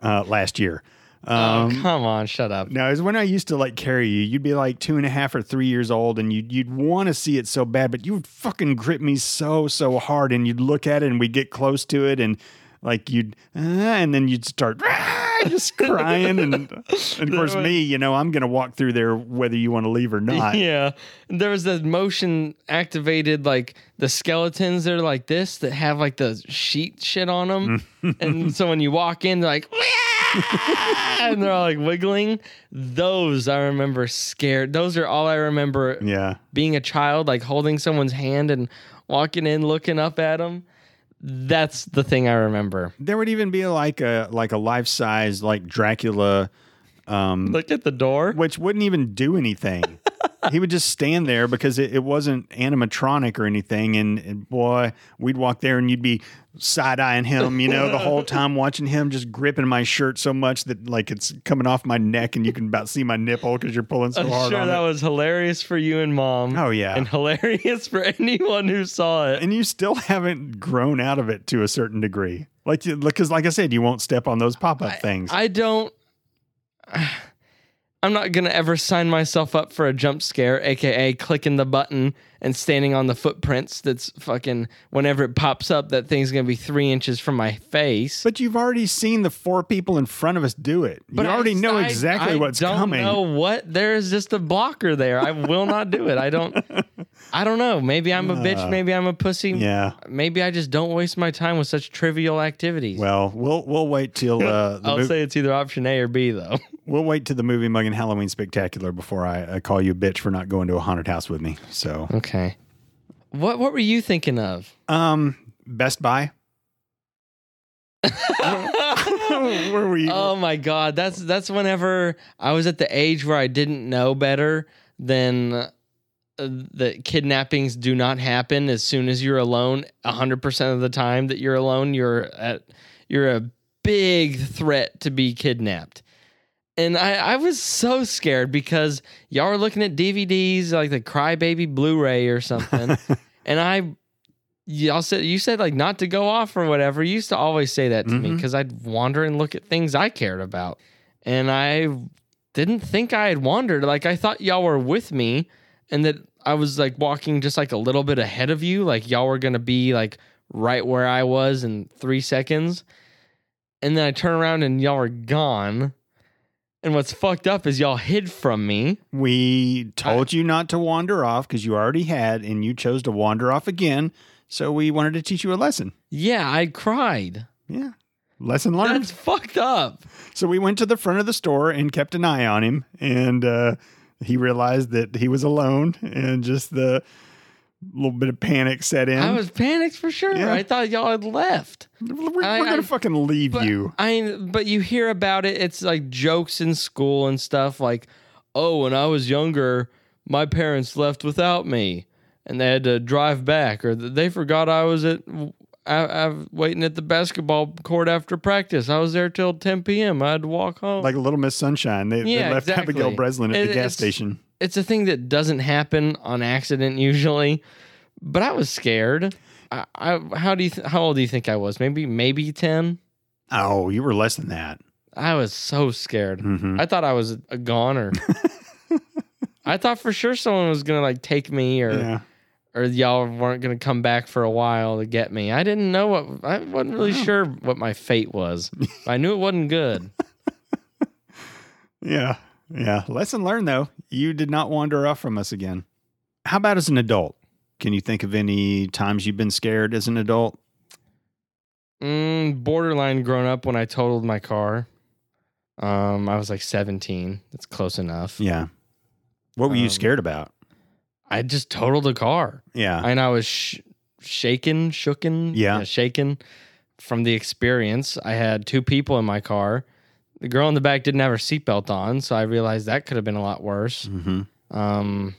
[SPEAKER 1] uh, last year. Um,
[SPEAKER 2] oh, come on, shut up.
[SPEAKER 1] No, it's when I used to like carry you. You'd be like two and a half or three years old, and you'd you'd want to see it so bad, but you would fucking grip me so so hard, and you'd look at it, and we'd get close to it, and like you'd, uh, and then you'd start "Ah," just crying, and and of course me, you know, I'm gonna walk through there whether you want to leave or not.
[SPEAKER 2] Yeah. There was the motion activated, like the skeletons that are like this that have like the sheet shit on them. and so when you walk in, they're like, "Wah!" and they're all like wiggling. Those I remember scared. Those are all I remember
[SPEAKER 1] Yeah.
[SPEAKER 2] being a child, like holding someone's hand and walking in, looking up at them. That's the thing I remember.
[SPEAKER 1] There would even be like a like a life size like Dracula, um,
[SPEAKER 2] Look at the door.
[SPEAKER 1] which wouldn't even do anything. he would just stand there because it, it wasn't animatronic or anything. And, and boy, we'd walk there and you'd be side eyeing him, you know, the whole time watching him just gripping my shirt so much that like it's coming off my neck and you can about see my nipple because you're pulling so
[SPEAKER 2] I'm
[SPEAKER 1] hard
[SPEAKER 2] sure
[SPEAKER 1] on
[SPEAKER 2] that
[SPEAKER 1] it.
[SPEAKER 2] was hilarious for you and mom.
[SPEAKER 1] Oh, yeah.
[SPEAKER 2] And hilarious for anyone who saw it.
[SPEAKER 1] and you still haven't grown out of it to a certain degree. Like, because like I said, you won't step on those pop up things.
[SPEAKER 2] I don't. I'm not gonna ever sign myself up for a jump scare, aka clicking the button and standing on the footprints. That's fucking. Whenever it pops up, that thing's gonna be three inches from my face.
[SPEAKER 1] but you've already seen the four people in front of us do it.
[SPEAKER 2] But
[SPEAKER 1] you already
[SPEAKER 2] I-
[SPEAKER 1] know
[SPEAKER 2] I-
[SPEAKER 1] exactly
[SPEAKER 2] I
[SPEAKER 1] what's
[SPEAKER 2] don't
[SPEAKER 1] coming.
[SPEAKER 2] Know what there is just a blocker there. I will not do it. I don't. I don't know. Maybe I'm a bitch. Maybe I'm a pussy.
[SPEAKER 1] Uh, Yeah.
[SPEAKER 2] Maybe I just don't waste my time with such trivial activities.
[SPEAKER 1] Well, we'll we'll wait till uh, the
[SPEAKER 2] I'll
[SPEAKER 1] mov-
[SPEAKER 2] say it's either option A or B though.
[SPEAKER 1] we'll wait till the movie mug and Halloween spectacular before I, I call you a bitch for not going to a haunted house with me. So,
[SPEAKER 2] Okay. What What were you thinking of?
[SPEAKER 1] um, Best Buy. Where were you?
[SPEAKER 2] Oh my god, that's that's whenever I was at the age where I didn't know better than uh, that kidnappings do not happen as soon as you're alone. 100% of the time that you're alone, you're at you're a big threat to be kidnapped. And I, I was so scared because y'all were looking at DVDs like the Crybaby Blu-ray or something. and I y'all said you said like not to go off or whatever. You used to always say that to me
[SPEAKER 1] Mhm.
[SPEAKER 2] because I'd wander and look at things I cared about, and I didn't think I had wandered. Like I thought y'all were with me, and that I was like walking just like a little bit ahead of you. Like y'all were gonna be like right where I was in three seconds, and then I turn around and y'all are gone. And what's fucked up is y'all hid from me.
[SPEAKER 1] We told you not to wander off because you already had, and you chose to wander off again. So we wanted to teach you a lesson.
[SPEAKER 2] Yeah, I cried.
[SPEAKER 1] Yeah. Lesson learned.
[SPEAKER 2] That's fucked up.
[SPEAKER 1] so we went to the front of the store and kept an eye on him. And uh, he realized that he was alone and just the little bit of panic set in.
[SPEAKER 2] I was panicked for sure.
[SPEAKER 1] Yeah.
[SPEAKER 2] I thought y'all had left.
[SPEAKER 1] we're
[SPEAKER 2] I-
[SPEAKER 1] going
[SPEAKER 2] I-
[SPEAKER 1] to fucking leave
[SPEAKER 2] But,
[SPEAKER 1] you.
[SPEAKER 2] I mean, but you hear about it. It's like jokes in school and stuff. Like, oh, when I was younger, my parents left without me, and they had to drive back, or th- they forgot I was at. I, I was waiting at the basketball court after practice. I was there till 10 p.m. I had to walk home.
[SPEAKER 1] Like Little Miss Sunshine. They, they
[SPEAKER 2] Yeah,
[SPEAKER 1] left
[SPEAKER 2] exactly.
[SPEAKER 1] Abigail Breslin at
[SPEAKER 2] It-
[SPEAKER 1] the
[SPEAKER 2] it's-
[SPEAKER 1] gas station.
[SPEAKER 2] it's a thing that doesn't happen on accident usually, but I was scared. I, I how do you th- how old do you think I was? Maybe maybe 10.
[SPEAKER 1] Oh, you were less than that.
[SPEAKER 2] I was so scared.
[SPEAKER 1] Mhm.
[SPEAKER 2] I thought I was a goner. I thought for sure someone was gonna like take me or
[SPEAKER 1] Yeah.
[SPEAKER 2] or y'all weren't gonna come back for a while to get me. I didn't know what I wasn't really sure what my fate was. I knew it wasn't good.
[SPEAKER 1] Yeah. Yeah. Lesson learned, though. You did not wander off from us again. How about as an adult? Can you think of any times you've been scared as an adult?
[SPEAKER 2] Mm, borderline grown up when I totaled my car. Um, I was like 17. That's close enough.
[SPEAKER 1] Yeah. What were you
[SPEAKER 2] Um,
[SPEAKER 1] scared about?
[SPEAKER 2] I just totaled a car.
[SPEAKER 1] Yeah.
[SPEAKER 2] and I was sh- shaken, shooken,
[SPEAKER 1] Yeah.
[SPEAKER 2] shaken from the experience. I had two people in my car. The girl in the back didn't have her seatbelt on, so I realized that could have been a lot worse.
[SPEAKER 1] mm-hmm.
[SPEAKER 2] Um,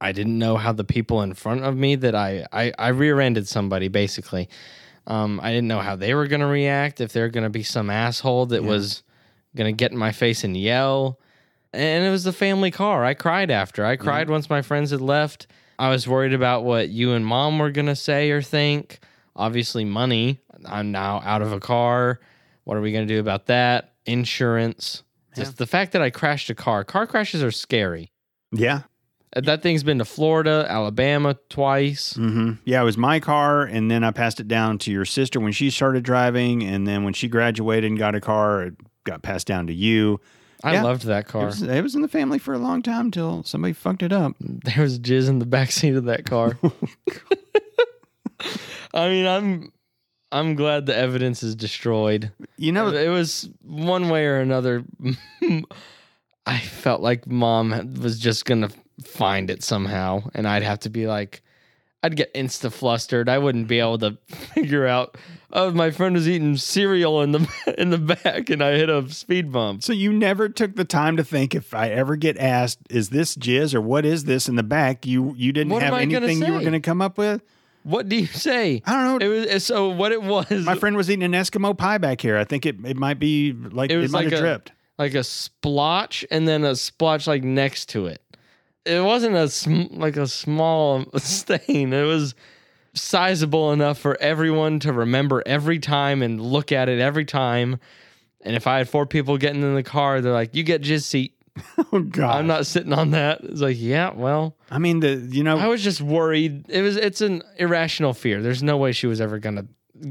[SPEAKER 2] I didn't know how the people in front of me that I I, I rear-ended somebody basically. Um, I didn't know how they were going to react if they're going to be some asshole that
[SPEAKER 1] Yeah.
[SPEAKER 2] was going to get in my face and yell. And it was the family car. I cried after. I cried once my friends had left. I was worried about what you and mom were going to say or think. Obviously, money. I'm now out of a car. What are we going to do about that? Insurance. Just the fact that I crashed a car. Car crashes are scary.
[SPEAKER 1] Yeah.
[SPEAKER 2] Uh, That thing's been to Florida, Alabama twice.
[SPEAKER 1] Mm-hmm. Yeah. It was my car. And then I passed it down to your sister when she started driving. And then when she graduated and got a car, it got passed down to you.
[SPEAKER 2] I
[SPEAKER 1] Yeah.
[SPEAKER 2] loved that
[SPEAKER 1] It
[SPEAKER 2] car.
[SPEAKER 1] was, it was in the family for a long time until somebody fucked it up.
[SPEAKER 2] there was jizz in the backseat of that car. I mean, I'm I'm glad the evidence is destroyed.
[SPEAKER 1] You know,
[SPEAKER 2] It was one way or another. I felt like mom had- was just gonna find it somehow, and I'd have to be like, I'd get insta flustered. I wouldn't be able to figure out. Oh, my friend was eating cereal in the in the back, and I hit a speed bump.
[SPEAKER 1] so you never took the time to think if I ever get asked, is this jizz or what is this in the back? You you didn't
[SPEAKER 2] What
[SPEAKER 1] have
[SPEAKER 2] am I gonna
[SPEAKER 1] anything you were
[SPEAKER 2] say?
[SPEAKER 1] going to come up with.
[SPEAKER 2] What do you say?
[SPEAKER 1] I don't know.
[SPEAKER 2] It was eh, so. What it was?
[SPEAKER 1] My friend was eating an Eskimo pie back here. I think it, it might be like
[SPEAKER 2] It
[SPEAKER 1] it,
[SPEAKER 2] was
[SPEAKER 1] might have
[SPEAKER 2] like a-
[SPEAKER 1] dripped.
[SPEAKER 2] like a splotch and then a splotch like next to it. It wasn't a sm- like a small stain. It was sizable enough for everyone to remember every time and look at it every time. And if I had four people getting in the car, they're like, "You get jizz seat.
[SPEAKER 1] Oh God!
[SPEAKER 2] I'm not sitting on that." It's like, yeah, well,
[SPEAKER 1] I mean, the you know,
[SPEAKER 2] I was just worried. It was it's an irrational fear. There's no way she was ever gonna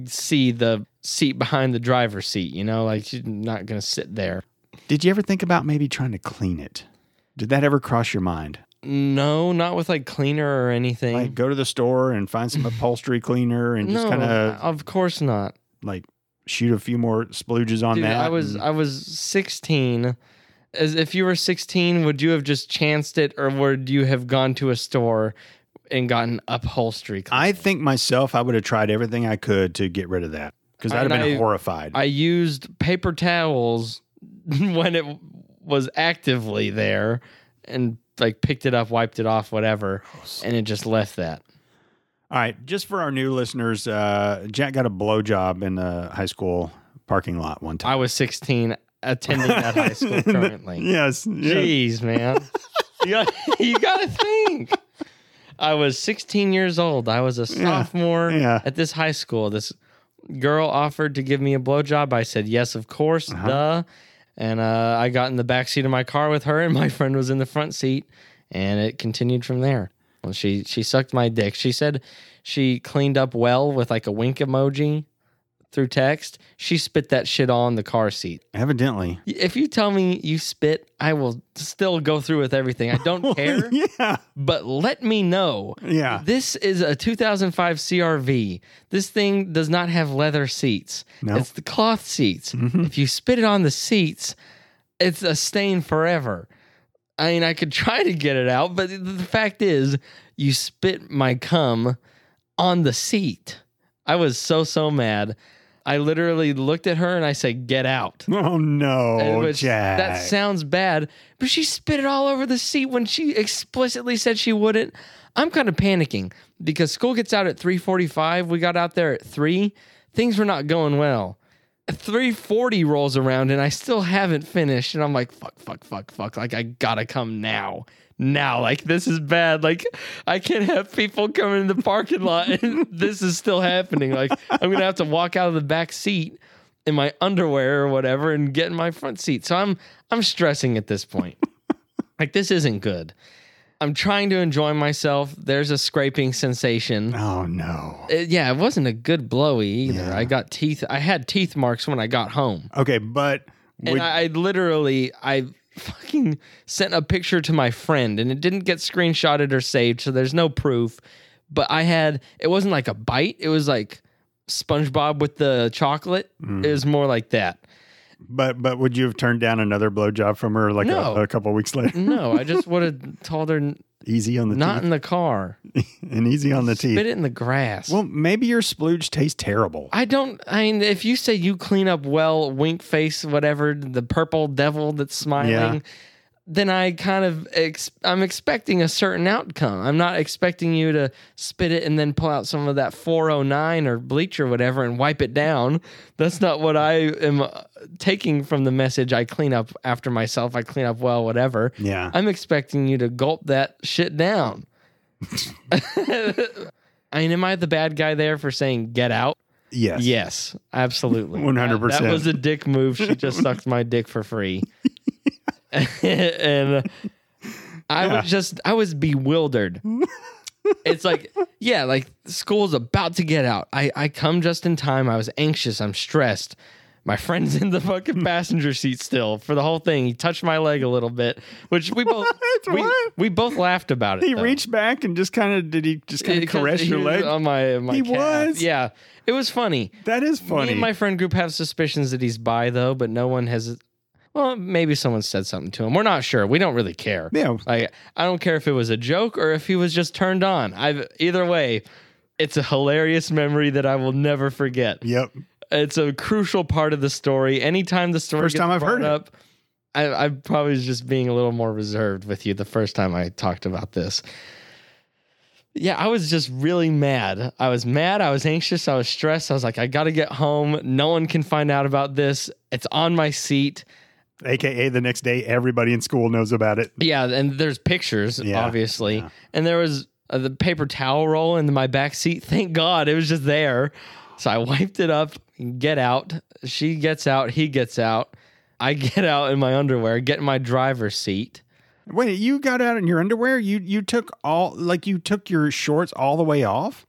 [SPEAKER 2] see the seat behind the driver's seat. You know, like she's not gonna sit there.
[SPEAKER 1] did you ever think about maybe trying to clean it? Did that ever cross your mind?
[SPEAKER 2] No, not with like cleaner or anything.
[SPEAKER 1] Like go to the store and find some upholstery cleaner and just
[SPEAKER 2] no,
[SPEAKER 1] kind of
[SPEAKER 2] of course not.
[SPEAKER 1] like shoot a few more splooges on
[SPEAKER 2] Dude,
[SPEAKER 1] that.
[SPEAKER 2] I was
[SPEAKER 1] and-
[SPEAKER 2] I was 16. As if you were 16, would you have just chanced it or would you have gone to a store and gotten upholstery? cleaner?
[SPEAKER 1] I think myself, I would have tried everything I could to get rid of that because I'd have
[SPEAKER 2] And
[SPEAKER 1] been
[SPEAKER 2] I-
[SPEAKER 1] horrified.
[SPEAKER 2] I used paper towels when it was actively there and like picked it up, wiped it off, whatever, and it just left that.
[SPEAKER 1] All right, just for our new listeners, uh, Jack got a blowjob in the high school parking lot one time.
[SPEAKER 2] I was 16 attending that high school currently.
[SPEAKER 1] yes, yes.
[SPEAKER 2] Jeez, man. you, got, you gotta think. I was 16 years old. I was a sophomore
[SPEAKER 1] yeah.
[SPEAKER 2] at this high school. This girl offered to give me a blowjob. I said yes, of course,
[SPEAKER 1] Uh-huh.
[SPEAKER 2] duh. And uh, I got in the back seat of my car with her, and my friend was in the front seat, and it continued from there. Well, she she sucked my dick. She said she cleaned up well with like a wink emoji through text. She spit that shit on the car seat.
[SPEAKER 1] evidently.
[SPEAKER 2] If you tell me you spit, I will still go through with everything. I don't care,
[SPEAKER 1] Yeah,
[SPEAKER 2] but let me know.
[SPEAKER 1] yeah.
[SPEAKER 2] This is a 2005 CRV. This thing does not have leather seats.
[SPEAKER 1] No. Mm-hmm.
[SPEAKER 2] It's the cloth seats. If you spit it on the seats, it's a stain forever. I mean, I could try to get it out, but the the fact is, you spit my cum on the seat. I was so, so mad. I literally looked at her and I said, Get out.
[SPEAKER 1] Oh
[SPEAKER 2] Uh,
[SPEAKER 1] no,
[SPEAKER 2] which-
[SPEAKER 1] Jack.
[SPEAKER 2] That sounds bad, but she spit it all over the seat when she explicitly said she wouldn't. I'm kind of panicking because school gets out at 3:45. We got out there at 3. Things were not going well. 3:40 rolls around and I still haven't finished and I'm like fuck fuck fuck fuck like I got to come now. Now like this is bad. Like I can't have people coming in the parking lot and this is still happening. Like I'm going to have to walk out of the back seat in my underwear or whatever and get in my front seat. So I'm I'm stressing at this point. like this isn't good. I'm trying to enjoy myself. There's a scraping sensation.
[SPEAKER 1] oh no.
[SPEAKER 2] It- Uh, yeah, it wasn't a good blowy either. I got teeth. I had teeth marks when I got home,
[SPEAKER 1] Okay, but would-
[SPEAKER 2] and I, I literally I fucking sent a picture to my friend, and it didn't get screenshotted or saved, so there's no proof. But I had it wasn't like a bite. It was like SpongeBob with the chocolate.
[SPEAKER 1] Mm.
[SPEAKER 2] It was more like that.
[SPEAKER 1] but but would you have turned down another blowjob from her like
[SPEAKER 2] No.
[SPEAKER 1] a, a couple weeks later?
[SPEAKER 2] No, I just would have told her n-
[SPEAKER 1] easy on the
[SPEAKER 2] not
[SPEAKER 1] teeth
[SPEAKER 2] in the car.
[SPEAKER 1] and easy on the
[SPEAKER 2] Spit
[SPEAKER 1] teeth.
[SPEAKER 2] it in the grass.
[SPEAKER 1] Well, maybe your splooge tastes terrible.
[SPEAKER 2] I don't. I mean, if you say you clean up well, wink face, whatever, the purple devil that's smiling,
[SPEAKER 1] Yeah.
[SPEAKER 2] then I kind of ex- I'm expecting a certain outcome. I'm not expecting you to spit it and then pull out some of that 409 or bleach or whatever and wipe it down. That's not what I am uh, taking from the message. I clean up after myself. I clean up well, whatever.
[SPEAKER 1] yeah.
[SPEAKER 2] I'm expecting you to gulp that shit down. I mean, am I the bad guy there for saying get out?
[SPEAKER 1] yes.
[SPEAKER 2] Yes, absolutely.
[SPEAKER 1] 100%.
[SPEAKER 2] That, that was a dick move. She just sucked my dick for free. and uh, I
[SPEAKER 1] Yeah.
[SPEAKER 2] was just, I was bewildered. it's like, yeah, like school's about to get out. I, I come just in time. I was anxious. I'm stressed. My friend's in the fucking passenger seat still for the whole thing. He touched my leg a little bit, which we both
[SPEAKER 1] What?
[SPEAKER 2] we,
[SPEAKER 1] What?
[SPEAKER 2] we both laughed about it.
[SPEAKER 1] He
[SPEAKER 2] though.
[SPEAKER 1] reached back and just kind of did he just kind of
[SPEAKER 2] Because
[SPEAKER 1] caress
[SPEAKER 2] he
[SPEAKER 1] your
[SPEAKER 2] was
[SPEAKER 1] leg?
[SPEAKER 2] um, on my my
[SPEAKER 1] He
[SPEAKER 2] calf.
[SPEAKER 1] was?
[SPEAKER 2] yeah. It was funny.
[SPEAKER 1] that is
[SPEAKER 2] Me
[SPEAKER 1] funny.
[SPEAKER 2] and my friend group have suspicions that he's bi though, but no one has. Well, maybe someone said something to him. We're not sure. We don't really care.
[SPEAKER 1] yeah,
[SPEAKER 2] Like I don't care if it was a joke or if he was just turned on. I've either way, it's a hilarious memory that I will never forget.
[SPEAKER 1] yep.
[SPEAKER 2] It's a crucial part of the story. Anytime the story
[SPEAKER 1] First
[SPEAKER 2] gets
[SPEAKER 1] time I've
[SPEAKER 2] brought
[SPEAKER 1] heard it.
[SPEAKER 2] up, I, I probably was just being a little more reserved with you the first time I talked about this. Yeah, I was just really mad. I was mad. I was anxious. I was stressed. I was like, I got to get home. No one can find out about this. It's on my seat.
[SPEAKER 1] AKA the next day, everybody in school knows about it.
[SPEAKER 2] Yeah, and there's pictures,
[SPEAKER 1] Yeah,
[SPEAKER 2] obviously. And there was uh, the paper towel roll in my back seat. Thank God it was just there. So I wiped it up, get out. She gets out, he gets out. I get out in my underwear, get in my driver's seat.
[SPEAKER 1] Wait, you got out in your underwear? You you took all like you took your shorts all the way off?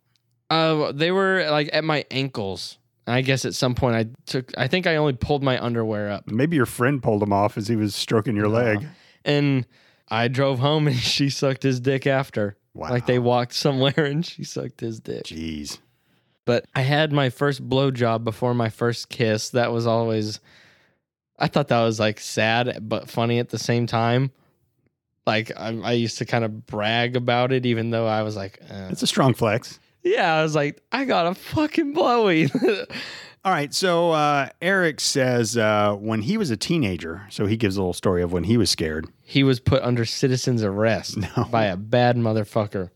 [SPEAKER 2] Uh, they were like at my ankles. And I guess at some point I took, I think I only pulled my underwear up.
[SPEAKER 1] Maybe your friend pulled them off as he was stroking your leg.
[SPEAKER 2] And I drove home and she sucked his dick after.
[SPEAKER 1] Wow.
[SPEAKER 2] Like they walked somewhere and she sucked his dick.
[SPEAKER 1] Jeez.
[SPEAKER 2] But I had my first blowjob before my first kiss. That was always, I thought that was like sad but funny at the same time. Like I, I used to kind of brag about it, even though I was like, eh.
[SPEAKER 1] It's a strong flex.
[SPEAKER 2] yeah, I was like, I got a fucking blowy.
[SPEAKER 1] All right. So uh, Eric says uh, when he was a teenager, so he gives a little story of when he was scared.
[SPEAKER 2] he was put under citizen's arrest by a bad motherfucker.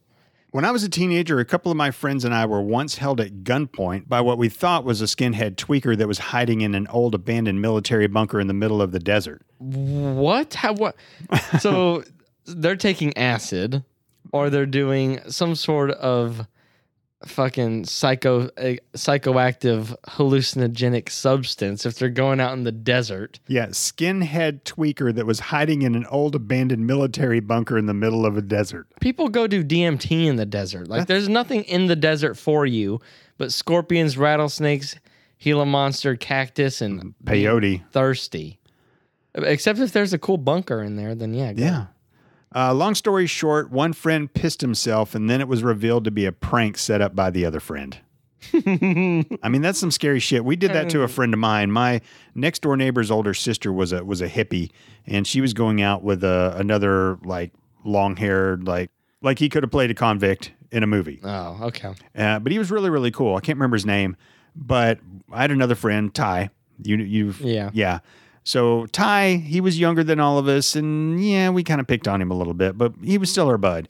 [SPEAKER 1] When I was a teenager, a couple of my friends and I were once held at gunpoint by what we thought was a skinhead tweaker that was hiding in an old abandoned military bunker in the middle of the desert.
[SPEAKER 2] What? How, what? So they're taking acid, or they're doing some sort of fucking psycho eh, psychoactive hallucinogenic substance. If they're going out in the desert,
[SPEAKER 1] Yeah, skinhead tweaker that was hiding in an old abandoned military bunker in the middle of a desert.
[SPEAKER 2] people go do DMT in the desert. Like there's nothing in the desert for you, but scorpions, rattlesnakes, Gila monster, cactus, and
[SPEAKER 1] Peyote.
[SPEAKER 2] thirsty. Except if there's a cool bunker in there, then yeah, go.
[SPEAKER 1] Yeah. Uh, long story short, one friend pissed himself, and then it was revealed to be a prank set up by the other friend. I mean, that's some scary shit. We did that to a friend of mine. My next door neighbor's older sister was a was a hippie, and she was going out with a, another like long haired like like he could have played a convict in a movie.
[SPEAKER 2] Oh, okay.
[SPEAKER 1] Uh, but he was really really cool. I can't remember his name, but I had another friend, Ty. You you
[SPEAKER 2] Yeah.
[SPEAKER 1] yeah. So Ty, he was younger than all of us, and yeah, we kind of picked on him a little bit, but he was still our bud.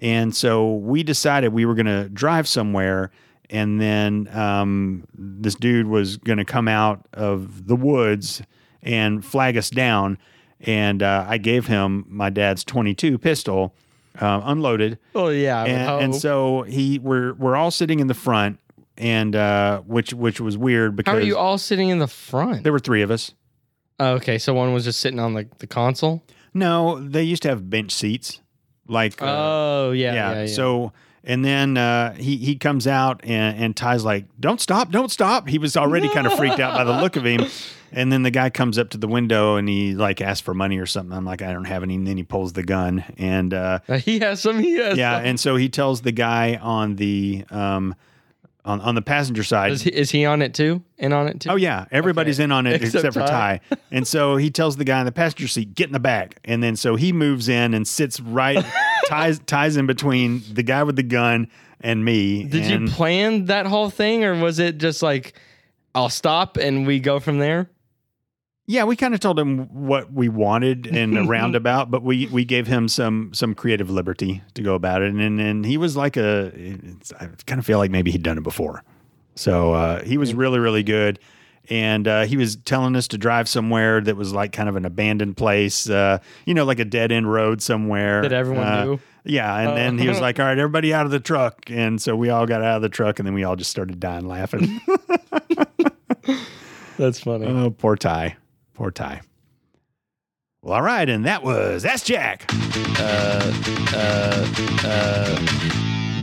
[SPEAKER 1] And so we decided we were gonna drive somewhere, and then um, this dude was gonna come out of the woods and flag us down. And uh, I gave him my dad's 22 pistol, uh, unloaded,
[SPEAKER 2] Oh yeah. I would
[SPEAKER 1] and, and
[SPEAKER 2] hope.
[SPEAKER 1] so he we're we're all sitting in the front, and uh, which which was weird
[SPEAKER 2] How are
[SPEAKER 1] because
[SPEAKER 2] you all sitting in the front?
[SPEAKER 1] there were three of us.
[SPEAKER 2] Oh, okay, so one was just sitting on the, the console.
[SPEAKER 1] No, they used to have bench seats, like uh,
[SPEAKER 2] oh yeah,
[SPEAKER 1] yeah.
[SPEAKER 2] yeah. yeah.
[SPEAKER 1] So and then uh, he he comes out and, and Ty's like, "Don't stop, don't stop." He was already kind of freaked out by the look of him, and then the guy comes up to the window and he like asks for money or something. I'm like, "I don't have any." And then he pulls the gun and uh,
[SPEAKER 2] he has some. He has.
[SPEAKER 1] yeah,
[SPEAKER 2] Some.
[SPEAKER 1] and so he tells the guy on the um on on the passenger side.
[SPEAKER 2] Is he, is he on it too? And on it too?
[SPEAKER 1] Oh yeah, everybody's in on it
[SPEAKER 2] Except
[SPEAKER 1] except, for
[SPEAKER 2] Ty.
[SPEAKER 1] Ty. and so he tells the guy in the passenger seat, "Get in the back." And then so he moves in and sits right ties ties in between the guy with the gun and me.
[SPEAKER 2] Did
[SPEAKER 1] and
[SPEAKER 2] you plan that whole thing, or was it just like, I'll stop and we go from there?
[SPEAKER 1] Yeah, we kind of told him what we wanted in a roundabout, but we we gave him some some creative liberty to go about it, and and, and he was like a. It's, I kind of feel like maybe he'd done it before, so uh, he was really really good, and uh, he was telling us to drive somewhere that was like kind of an abandoned place, uh, you know, like a dead end road somewhere
[SPEAKER 2] That everyone
[SPEAKER 1] Uh,
[SPEAKER 2] knew? Oh.
[SPEAKER 1] Yeah, and then he was like, "All right, everybody out of the truck," and so we all got out of the truck, and then we all just started dying laughing.
[SPEAKER 2] That's funny.
[SPEAKER 1] Oh, poor Ty. Poor Ty. Well, all right, and that was that's Jack. Oh.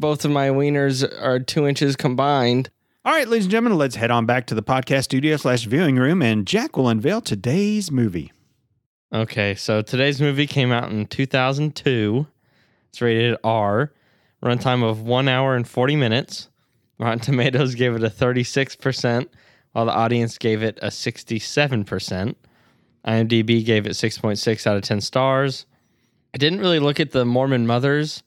[SPEAKER 2] Both of my wieners are two inches combined.
[SPEAKER 1] All right, ladies and gentlemen, let's head on back to the podcast studio slash viewing room, and Jack will unveil today's movie.
[SPEAKER 2] Okay, so today's movie came out in 2002. It's rated R. Runtime of 1 hour and 40 minutes. Rotten Tomatoes gave it a 36%, while the audience gave it a 67%. IMDb gave it 6.6 out of 10 stars. I didn't really look at the Mormon mothers.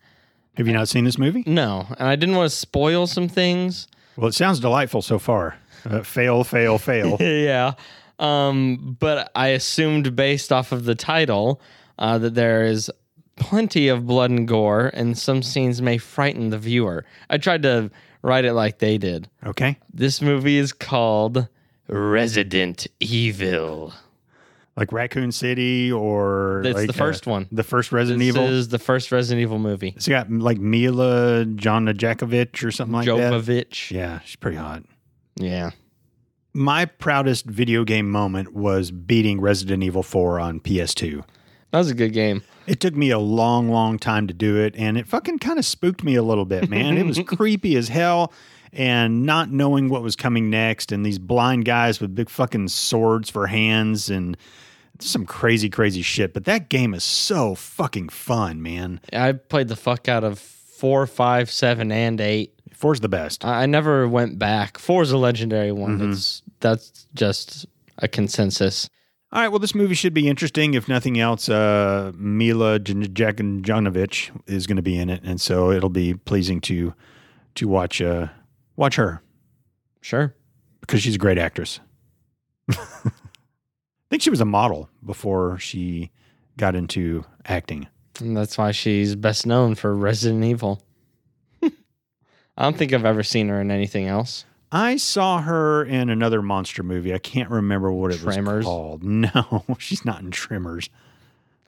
[SPEAKER 1] Have you not seen this movie?
[SPEAKER 2] No, and I didn't want to spoil some things.
[SPEAKER 1] Well, it sounds delightful so far. Uh, fail, fail, fail.
[SPEAKER 2] yeah. Um, but I assumed based off of the title uh, that there is plenty of blood and gore, and some scenes may frighten the viewer. I tried to write it like they did.
[SPEAKER 1] Okay.
[SPEAKER 2] This movie is called Resident Evil.
[SPEAKER 1] Like Raccoon City or.
[SPEAKER 2] That's
[SPEAKER 1] like, uh,
[SPEAKER 2] the first one.
[SPEAKER 1] The first Resident
[SPEAKER 2] This
[SPEAKER 1] Evil.
[SPEAKER 2] is the first Resident Evil movie.
[SPEAKER 1] it's got like Mila Jonajakovic or something like that.
[SPEAKER 2] Jovovich.
[SPEAKER 1] Yeah, she's pretty hot.
[SPEAKER 2] Yeah.
[SPEAKER 1] My proudest video game moment was beating Resident Evil 4 on PS2.
[SPEAKER 2] That was a good game.
[SPEAKER 1] It took me a long, long time to do it, and it fucking kind of spooked me a little bit, man. it was creepy as hell, and not knowing what was coming next, and these blind guys with big fucking swords for hands, and some crazy, crazy shit. But that game is so fucking fun, man.
[SPEAKER 2] I played the fuck out of four, five, seven, and eight.
[SPEAKER 1] Four's the best.
[SPEAKER 2] I I never went back. Four is a legendary one. That's that's just a consensus.
[SPEAKER 1] All right, well, this movie should be interesting. If nothing else, uh, Mila Jonovich is going to be in it, and so it'll be pleasing to to watch uh, watch her.
[SPEAKER 2] Sure.
[SPEAKER 1] because she's a great actress. I think she was a model before she got into acting.
[SPEAKER 2] And that's why she's best known for Resident Evil. I don't think I've ever seen her in anything else.
[SPEAKER 1] I saw her in another monster movie. I can't remember what it was
[SPEAKER 2] Tremors?
[SPEAKER 1] called. No, she's not in Tremors.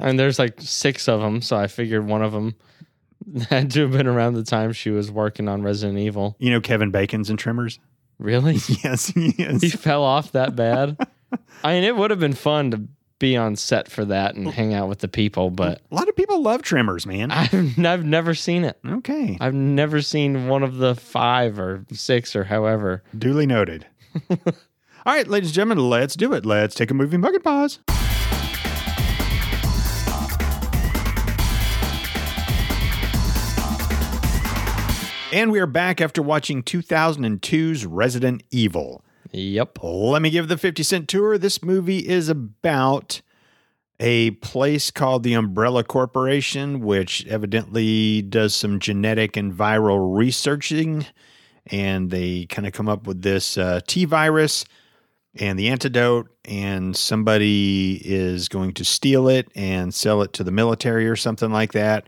[SPEAKER 2] I mean, there's like six of them, so I figured one of them had to have been around the time she was working on Resident Evil.
[SPEAKER 1] You know Kevin Bacon's in Tremors?
[SPEAKER 2] Really?
[SPEAKER 1] Yes, yes.
[SPEAKER 2] he fell off that bad? I mean, it would have been fun to be on set for that and hang out with the people, but
[SPEAKER 1] a lot of people love Tremors, man.
[SPEAKER 2] I've, I've never seen it.
[SPEAKER 1] Okay,
[SPEAKER 2] I've never seen one of the five or six or however.
[SPEAKER 1] duly noted. All right, ladies and gentlemen, let's do it. Let's take a movie bucket pause. And we are back after watching 2002's Resident Evil.
[SPEAKER 2] Yep.
[SPEAKER 1] Let me give the 50 cent tour. This movie is about a place called the Umbrella Corporation, which evidently does some genetic and viral researching. And they kind of come up with this uh, T virus and the antidote, and somebody is going to steal it and sell it to the military or something like that.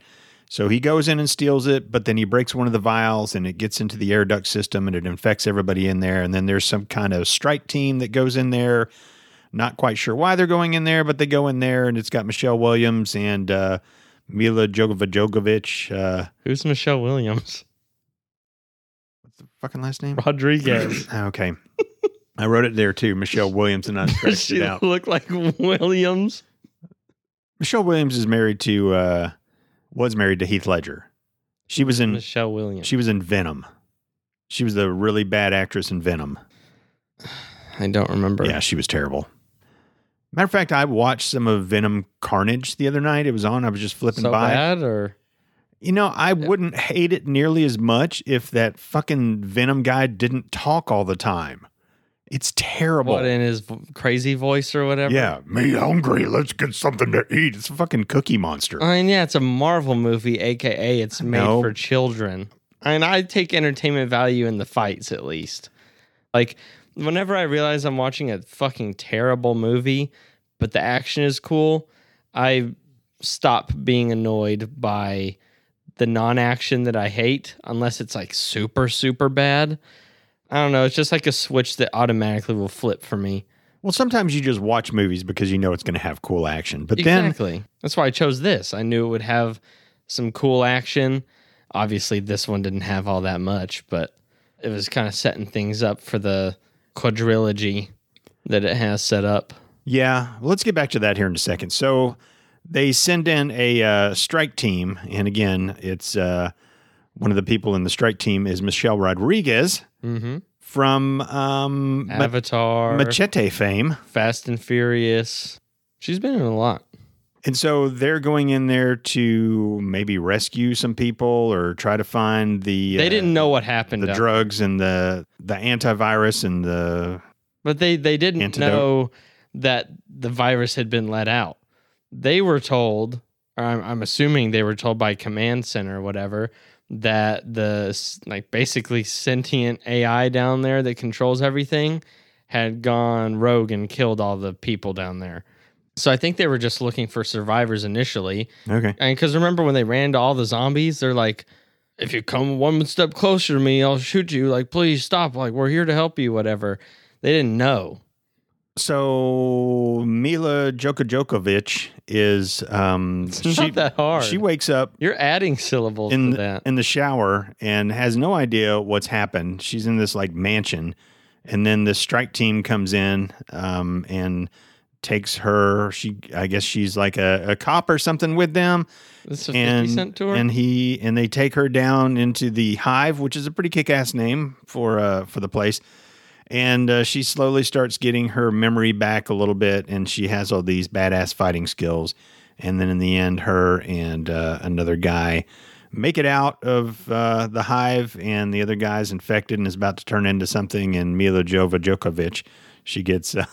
[SPEAKER 1] So he goes in and steals it, but then he breaks one of the vials and it gets into the air duct system and it infects everybody in there. And then there's some kind of strike team that goes in there. Not quite sure why they're going in there, but they go in there and it's got Michelle Williams and uh, Mila Jovovich. Uh,
[SPEAKER 2] Who's Michelle Williams?
[SPEAKER 1] what's the fucking last name? Oh,
[SPEAKER 2] Rodriguez.
[SPEAKER 1] Okay. I wrote it there too, Michelle Williams, and I
[SPEAKER 2] Does
[SPEAKER 1] scratched
[SPEAKER 2] she
[SPEAKER 1] it out.
[SPEAKER 2] look like Williams?
[SPEAKER 1] Michelle Williams is married to uh was married to Heath Ledger. She was in
[SPEAKER 2] Michelle Williams.
[SPEAKER 1] she was in Venom. She was the really bad actress in Venom.
[SPEAKER 2] I don't remember.
[SPEAKER 1] Yeah, she was terrible. Matter of fact, I watched some of Venom Carnage the other night. It was on. I was just flipping
[SPEAKER 2] so
[SPEAKER 1] by.
[SPEAKER 2] bad or
[SPEAKER 1] You know, I wouldn't hate it nearly as much if that fucking Venom guy didn't talk all the time. It's terrible.
[SPEAKER 2] what in his v- crazy voice or whatever?
[SPEAKER 1] yeah, me hungry. Let's get something to eat. It's a fucking cookie monster.
[SPEAKER 2] I mean, yeah, it's a Marvel movie, aka it's made
[SPEAKER 1] know.
[SPEAKER 2] for children. And I take entertainment value in the fights at least. Like whenever I realize I'm watching a fucking terrible movie, but the action is cool, I stop being annoyed by the non-action that I hate unless it's like super super bad. I don't know, it's just like a switch that automatically will flip for me.
[SPEAKER 1] Well, sometimes you just watch movies because you know it's going to have cool action. But then,
[SPEAKER 2] Exactly. That's why I chose this. I knew it would have some cool action. Obviously, this one didn't have all that much, but it was kind of setting things up for the quadrilogy that it has set up.
[SPEAKER 1] yeah, well, let's get back to that here in a second. So they send in a uh, strike team. And again, it's uh, one of the people in the strike team is Michelle Rodriguez
[SPEAKER 2] Mm-hmm.
[SPEAKER 1] from um, Ma-
[SPEAKER 2] Avatar,
[SPEAKER 1] Machete fame.
[SPEAKER 2] Fast and Furious. She's been in a lot.
[SPEAKER 1] And so they're going in there to maybe rescue some people or try to find the
[SPEAKER 2] They
[SPEAKER 1] uh,
[SPEAKER 2] didn't know what happened,
[SPEAKER 1] the
[SPEAKER 2] up-
[SPEAKER 1] drugs and the the antivirus and the
[SPEAKER 2] but they they didn't
[SPEAKER 1] Antidote.
[SPEAKER 2] know that the virus had been let out. They were told, or I'm, I'm assuming they were told by command center or whatever, that the s- like basically sentient AI down there that controls everything had gone rogue and killed all the people down there. So I think they were just looking for survivors initially.
[SPEAKER 1] okay
[SPEAKER 2] And because remember when they ran to all the zombies, they're like, if you come one step closer to me, I'll shoot you. Like, please stop. Like, we're here to help you, whatever. They didn't know.
[SPEAKER 1] so Mila Jokojokovic is um
[SPEAKER 2] It's
[SPEAKER 1] she
[SPEAKER 2] not that hard.
[SPEAKER 1] she wakes up
[SPEAKER 2] You're adding syllables
[SPEAKER 1] in
[SPEAKER 2] to that.
[SPEAKER 1] in the shower and has no idea what's happened. She's in this like mansion, and then the strike team comes in um, and takes her. She, I guess, she's like a, a cop or something with them,
[SPEAKER 2] It's a 50
[SPEAKER 1] and
[SPEAKER 2] cent tour.
[SPEAKER 1] and he and they take her down into the hive, which is a pretty kick ass name for uh, for the place. And uh, she slowly starts getting her memory back a little bit, and she has all these badass fighting skills. And then in the end, her and uh, another guy make it out of uh, the hive, and the other guy's infected and is about to turn into something. And Mila Jova Djokovic, she gets uh,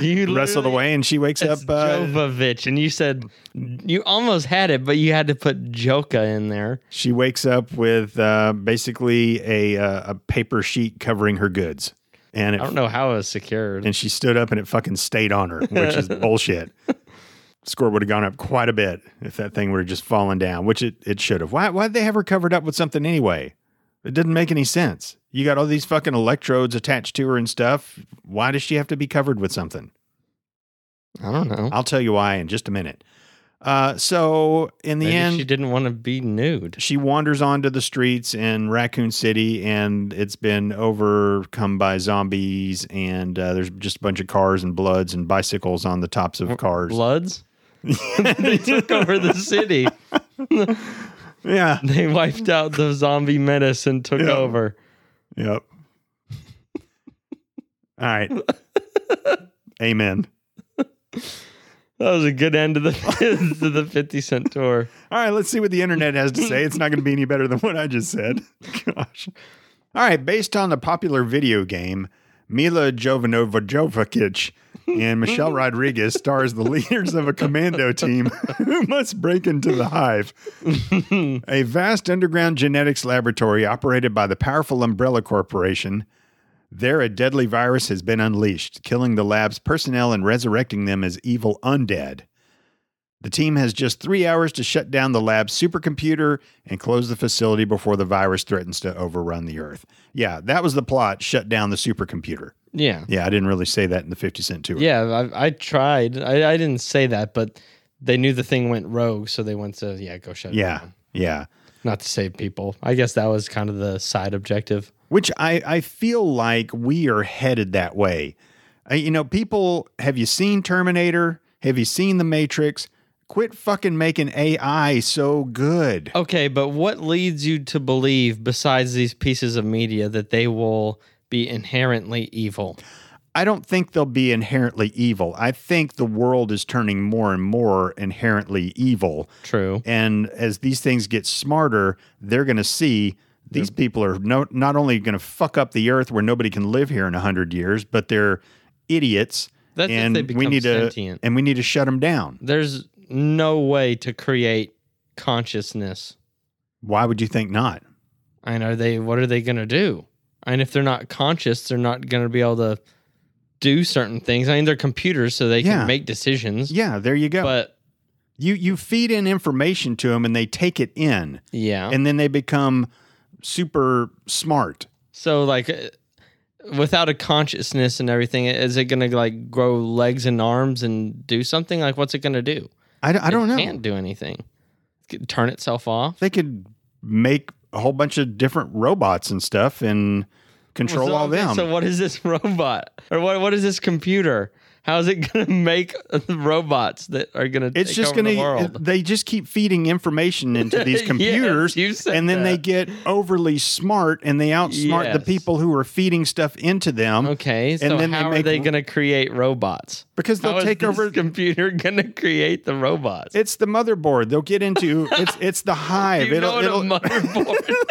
[SPEAKER 2] You
[SPEAKER 1] wrestled
[SPEAKER 2] literally-
[SPEAKER 1] away, and she wakes up.
[SPEAKER 2] It's
[SPEAKER 1] Uh,
[SPEAKER 2] Jovovich. And you said you almost had it, but you had to put Joka in there.
[SPEAKER 1] she wakes up with uh, basically a uh, a paper sheet covering her goods, and it
[SPEAKER 2] I don't know how it was secured.
[SPEAKER 1] and she stood up and it fucking stayed on her, which is bullshit. Score would have gone up quite a bit if that thing were just fallen down, which it, it should have. Why why'd they have her covered up with something anyway? It didn't make any sense. You got all these fucking electrodes attached to her and stuff. Why does she have to be covered with something?
[SPEAKER 2] I don't know.
[SPEAKER 1] I'll tell you why in just a minute. Uh, so in the
[SPEAKER 2] Maybe
[SPEAKER 1] end,
[SPEAKER 2] she didn't want to be nude.
[SPEAKER 1] she wanders onto the streets in Raccoon City, and it's been overcome by zombies, and uh, there's just a bunch of cars and bloods and bicycles on the tops of cars.
[SPEAKER 2] Bloods? they took over the city.
[SPEAKER 1] Yeah.
[SPEAKER 2] They wiped out the zombie menace and took
[SPEAKER 1] Yeah.
[SPEAKER 2] over.
[SPEAKER 1] Yep. All right. Amen.
[SPEAKER 2] That was a good end to the to the Fifty Cent tour.
[SPEAKER 1] All right, let's see what the internet has to say. It's not going to be any better than what I just said. Gosh. All right, based on the popular video game, Mila Jovanova Jovakic and Michelle Rodriguez stars the leaders of a commando team who must break into the hive. a vast underground genetics laboratory operated by the powerful Umbrella Corporation. There, a deadly virus has been unleashed, killing the lab's personnel and resurrecting them as evil undead. The team has just three hours to shut down the lab's supercomputer and close the facility before the virus threatens to overrun the Earth. Yeah, that was the plot shut down the supercomputer.
[SPEAKER 2] Yeah,
[SPEAKER 1] Yeah, I didn't really say that in the 50 Cent Tour.
[SPEAKER 2] yeah. I, I tried. I, I didn't say that, but they knew the thing went rogue, so they went to yeah, go shut it
[SPEAKER 1] Yeah,
[SPEAKER 2] down.
[SPEAKER 1] yeah.
[SPEAKER 2] Not to save people. I guess that was kind of the side objective.
[SPEAKER 1] Which I, I feel like we are headed that way. Uh, you know, people, have you seen Terminator? Have you seen The Matrix? Quit fucking making AI so good.
[SPEAKER 2] Okay, but what leads you to believe, besides these pieces of media, that they will be inherently evil?
[SPEAKER 1] I don't think they'll be inherently evil. I think the world is turning more and more inherently evil.
[SPEAKER 2] True.
[SPEAKER 1] And as these things get smarter, they're going to see these people are no, not only going to fuck up the earth where nobody can live here in 100 years, but they're idiots.
[SPEAKER 2] That's if
[SPEAKER 1] and
[SPEAKER 2] they
[SPEAKER 1] we
[SPEAKER 2] become
[SPEAKER 1] need
[SPEAKER 2] sentient.
[SPEAKER 1] to and we need to shut them down.
[SPEAKER 2] There's no way to create consciousness
[SPEAKER 1] Why would you think not?
[SPEAKER 2] And are they what are they gonna do? And if they're not conscious, they're not gonna be able to do certain things. I mean they're computers so they
[SPEAKER 1] Yeah.
[SPEAKER 2] can make decisions.
[SPEAKER 1] Yeah, there you go.
[SPEAKER 2] But
[SPEAKER 1] you you feed in information to them and they take it in,
[SPEAKER 2] yeah.
[SPEAKER 1] and then they become super smart.
[SPEAKER 2] so like uh, without a consciousness and everything, is it gonna like grow legs and arms and do something? Like what's it gonna do?
[SPEAKER 1] I, d- I don't
[SPEAKER 2] it
[SPEAKER 1] know.
[SPEAKER 2] Can't do anything. It could Turn itself off.
[SPEAKER 1] they could make a whole bunch of different robots and stuff and control
[SPEAKER 2] So-
[SPEAKER 1] all them.
[SPEAKER 2] So what is this robot or what what is this computer? How is it going to make robots that are going to?
[SPEAKER 1] It's just
[SPEAKER 2] going to.
[SPEAKER 1] going to. They just keep feeding information into these
[SPEAKER 2] Yes,
[SPEAKER 1] computers,
[SPEAKER 2] you said
[SPEAKER 1] and then they
[SPEAKER 2] that.
[SPEAKER 1] get overly smart, and they outsmart the
[SPEAKER 2] Yes.
[SPEAKER 1] people who are feeding stuff into them.
[SPEAKER 2] Okay, so
[SPEAKER 1] then they
[SPEAKER 2] how are
[SPEAKER 1] make-
[SPEAKER 2] they going to create robots?
[SPEAKER 1] because
[SPEAKER 2] How
[SPEAKER 1] they'll
[SPEAKER 2] is
[SPEAKER 1] take
[SPEAKER 2] this
[SPEAKER 1] over.
[SPEAKER 2] computer going to create the robots?
[SPEAKER 1] It's the motherboard. They'll get into. It's it's the hive.
[SPEAKER 2] you
[SPEAKER 1] it'll
[SPEAKER 2] know
[SPEAKER 1] it'll
[SPEAKER 2] what a motherboard.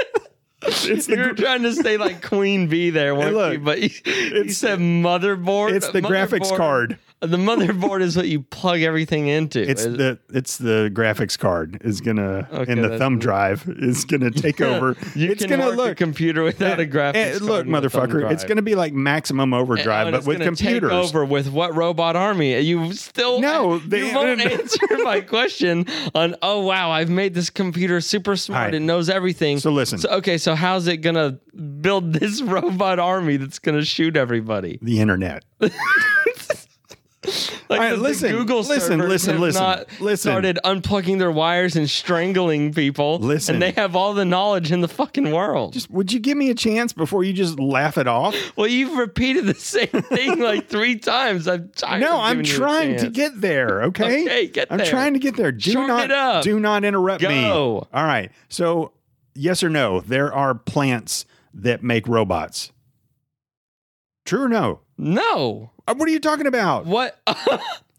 [SPEAKER 1] it's
[SPEAKER 2] you
[SPEAKER 1] the
[SPEAKER 2] were trying to say like Queen Bee there, weren't
[SPEAKER 1] look,
[SPEAKER 2] you? But you, you said motherboard.
[SPEAKER 1] it's the graphics
[SPEAKER 2] Motherboard-
[SPEAKER 1] card.
[SPEAKER 2] The motherboard is what you plug everything into.
[SPEAKER 1] It's
[SPEAKER 2] Is-
[SPEAKER 1] the it's the graphics card is gonna
[SPEAKER 2] Okay,
[SPEAKER 1] and the
[SPEAKER 2] that's-
[SPEAKER 1] thumb drive is gonna take over.
[SPEAKER 2] you
[SPEAKER 1] it's
[SPEAKER 2] can
[SPEAKER 1] gonna
[SPEAKER 2] work a
[SPEAKER 1] look
[SPEAKER 2] computer without a
[SPEAKER 1] Eh,
[SPEAKER 2] graphics
[SPEAKER 1] eh,
[SPEAKER 2] card.
[SPEAKER 1] Look,
[SPEAKER 2] and a thumb
[SPEAKER 1] motherfucker, it's
[SPEAKER 2] drive.
[SPEAKER 1] gonna be like maximum
[SPEAKER 2] And
[SPEAKER 1] overdrive, but
[SPEAKER 2] it's
[SPEAKER 1] with
[SPEAKER 2] gonna take
[SPEAKER 1] computers.
[SPEAKER 2] over with what robot army? You still
[SPEAKER 1] No,
[SPEAKER 2] you
[SPEAKER 1] they-
[SPEAKER 2] won't answer my question on. Oh wow, I've made this computer super smart.
[SPEAKER 1] right.
[SPEAKER 2] It knows everything.
[SPEAKER 1] So listen.
[SPEAKER 2] okay, so how's it gonna build this robot army that's gonna shoot everybody?
[SPEAKER 1] The internet.
[SPEAKER 2] Like
[SPEAKER 1] All right,
[SPEAKER 2] the- the
[SPEAKER 1] listen,
[SPEAKER 2] Google
[SPEAKER 1] listen,
[SPEAKER 2] servers
[SPEAKER 1] listen,
[SPEAKER 2] have
[SPEAKER 1] listen,
[SPEAKER 2] not
[SPEAKER 1] listen.
[SPEAKER 2] started unplugging their wires and strangling people.
[SPEAKER 1] Listen.
[SPEAKER 2] and they have all the knowledge in the fucking world.
[SPEAKER 1] Just would you give me a chance before you just laugh it off?
[SPEAKER 2] well, you've repeated the same thing like three times. I'm tired.
[SPEAKER 1] No,
[SPEAKER 2] of
[SPEAKER 1] I'm
[SPEAKER 2] giving you a
[SPEAKER 1] trying to
[SPEAKER 2] chance.
[SPEAKER 1] get there. Okay,
[SPEAKER 2] Okay, get
[SPEAKER 1] I'm
[SPEAKER 2] there.
[SPEAKER 1] trying to get there. Do
[SPEAKER 2] Shorten
[SPEAKER 1] not
[SPEAKER 2] it up.
[SPEAKER 1] do not interrupt me.
[SPEAKER 2] Go.
[SPEAKER 1] All right. So yes or no, there are plants that make robots. True or no?
[SPEAKER 2] No.
[SPEAKER 1] Uh, What are you talking about?
[SPEAKER 2] What?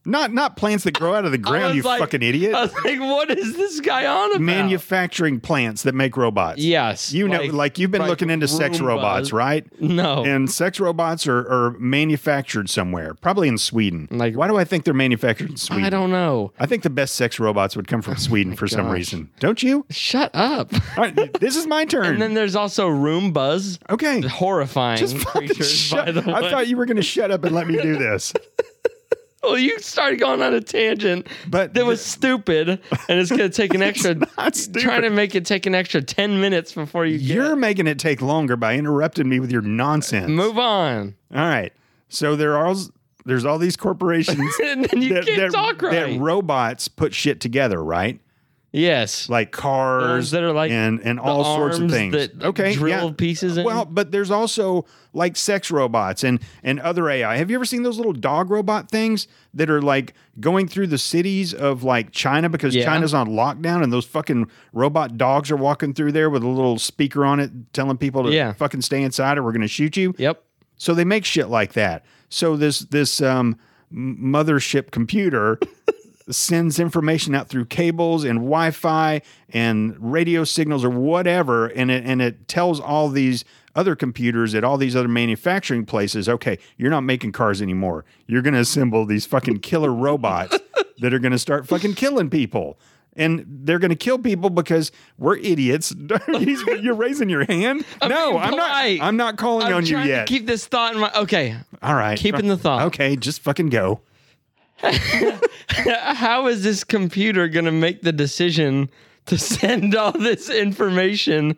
[SPEAKER 1] Not not plants that grow out of the ground.
[SPEAKER 2] was
[SPEAKER 1] You
[SPEAKER 2] like-
[SPEAKER 1] fucking idiot.
[SPEAKER 2] I was like, what is this guy on about?
[SPEAKER 1] Manufacturing plants that make robots.
[SPEAKER 2] yes.
[SPEAKER 1] You know, like, you've been
[SPEAKER 2] like
[SPEAKER 1] looking into sex
[SPEAKER 2] Roombas.
[SPEAKER 1] robots, right?
[SPEAKER 2] no.
[SPEAKER 1] And sex robots are, are manufactured somewhere, probably in Sweden.
[SPEAKER 2] Like-
[SPEAKER 1] why do I think they're manufactured in Sweden?
[SPEAKER 2] I don't know.
[SPEAKER 1] I think the best sex robots would come from Sweden for some
[SPEAKER 2] gosh.
[SPEAKER 1] reason. Don't you?
[SPEAKER 2] Shut up.
[SPEAKER 1] All right, this is my turn.
[SPEAKER 2] and then there's also Roombas.
[SPEAKER 1] okay.
[SPEAKER 2] Horrifying
[SPEAKER 1] Just fucking
[SPEAKER 2] creatures,
[SPEAKER 1] shut.
[SPEAKER 2] by the way.
[SPEAKER 1] I thought you were going to shut up and let me do this.
[SPEAKER 2] well, you started going on a tangent
[SPEAKER 1] But
[SPEAKER 2] that was stupid, and it's going to take an extra.
[SPEAKER 1] not stupid.
[SPEAKER 2] Trying to make it take an extra 10 minutes before you get.
[SPEAKER 1] You're making it take longer by interrupting me with your nonsense.
[SPEAKER 2] Move on.
[SPEAKER 1] All right. So there are there's all these corporations
[SPEAKER 2] and then you
[SPEAKER 1] that,
[SPEAKER 2] can't
[SPEAKER 1] that-
[SPEAKER 2] talk
[SPEAKER 1] that
[SPEAKER 2] right.
[SPEAKER 1] robots put shit together, right?
[SPEAKER 2] yes.
[SPEAKER 1] Like cars
[SPEAKER 2] that are like
[SPEAKER 1] and and all sorts of
[SPEAKER 2] arms
[SPEAKER 1] things.
[SPEAKER 2] that
[SPEAKER 1] okay,
[SPEAKER 2] drill
[SPEAKER 1] yeah.
[SPEAKER 2] pieces in.
[SPEAKER 1] Well, but there's also like sex robots and and other AI. Have you ever seen those little dog robot things that are like going through the cities of like China because
[SPEAKER 2] Yeah.
[SPEAKER 1] China's on lockdown and those fucking robot dogs are walking through there with a little speaker on it telling people to
[SPEAKER 2] Yeah.
[SPEAKER 1] fucking stay inside or we're going to shoot you.
[SPEAKER 2] Yep.
[SPEAKER 1] So they make shit like that. So this this um, m- mothership computer sends information out through cables and Wi-Fi and radio signals or whatever, and it and it tells all these other computers at all these other manufacturing places, okay, you're not making cars anymore. You're going to assemble these fucking killer robots that are going to start fucking killing people. And they're going to kill people because we're idiots. You're raising your hand. no,
[SPEAKER 2] being
[SPEAKER 1] I'm
[SPEAKER 2] polite.
[SPEAKER 1] not. I'm not calling
[SPEAKER 2] I'm
[SPEAKER 1] on you
[SPEAKER 2] trying
[SPEAKER 1] yet.
[SPEAKER 2] to keep this thought in my. Okay.
[SPEAKER 1] All right.
[SPEAKER 2] Keeping the thought.
[SPEAKER 1] Okay, just fucking go.
[SPEAKER 2] How is this computer going to make the decision to send all this information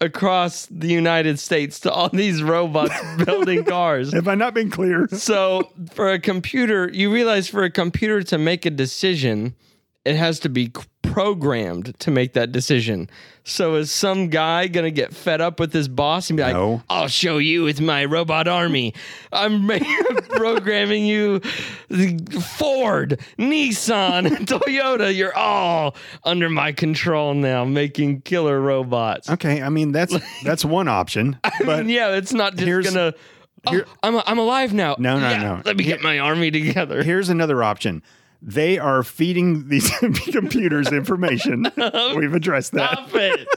[SPEAKER 2] across the United States to all these robots building cars?
[SPEAKER 1] Have I not been clear?
[SPEAKER 2] So, for a computer, you realize for a computer to make a decision, it has to be c- programmed to make that decision. So, is some guy going to get fed up with his boss and be like,
[SPEAKER 1] No.
[SPEAKER 2] I'll show you with my robot army? I'm ma- programming you Ford, Nissan, and Toyota. You're all under my control now, making killer robots.
[SPEAKER 1] Okay, I mean that's that's one option. But
[SPEAKER 2] And yeah, it's not just
[SPEAKER 1] here's-
[SPEAKER 2] gonna. Oh,
[SPEAKER 1] here-
[SPEAKER 2] I'm I'm alive now.
[SPEAKER 1] No, no,
[SPEAKER 2] Yeah,
[SPEAKER 1] no.
[SPEAKER 2] Let me get my army together.
[SPEAKER 1] here's another option. They are feeding these computers information. We've addressed that.
[SPEAKER 2] Stop it.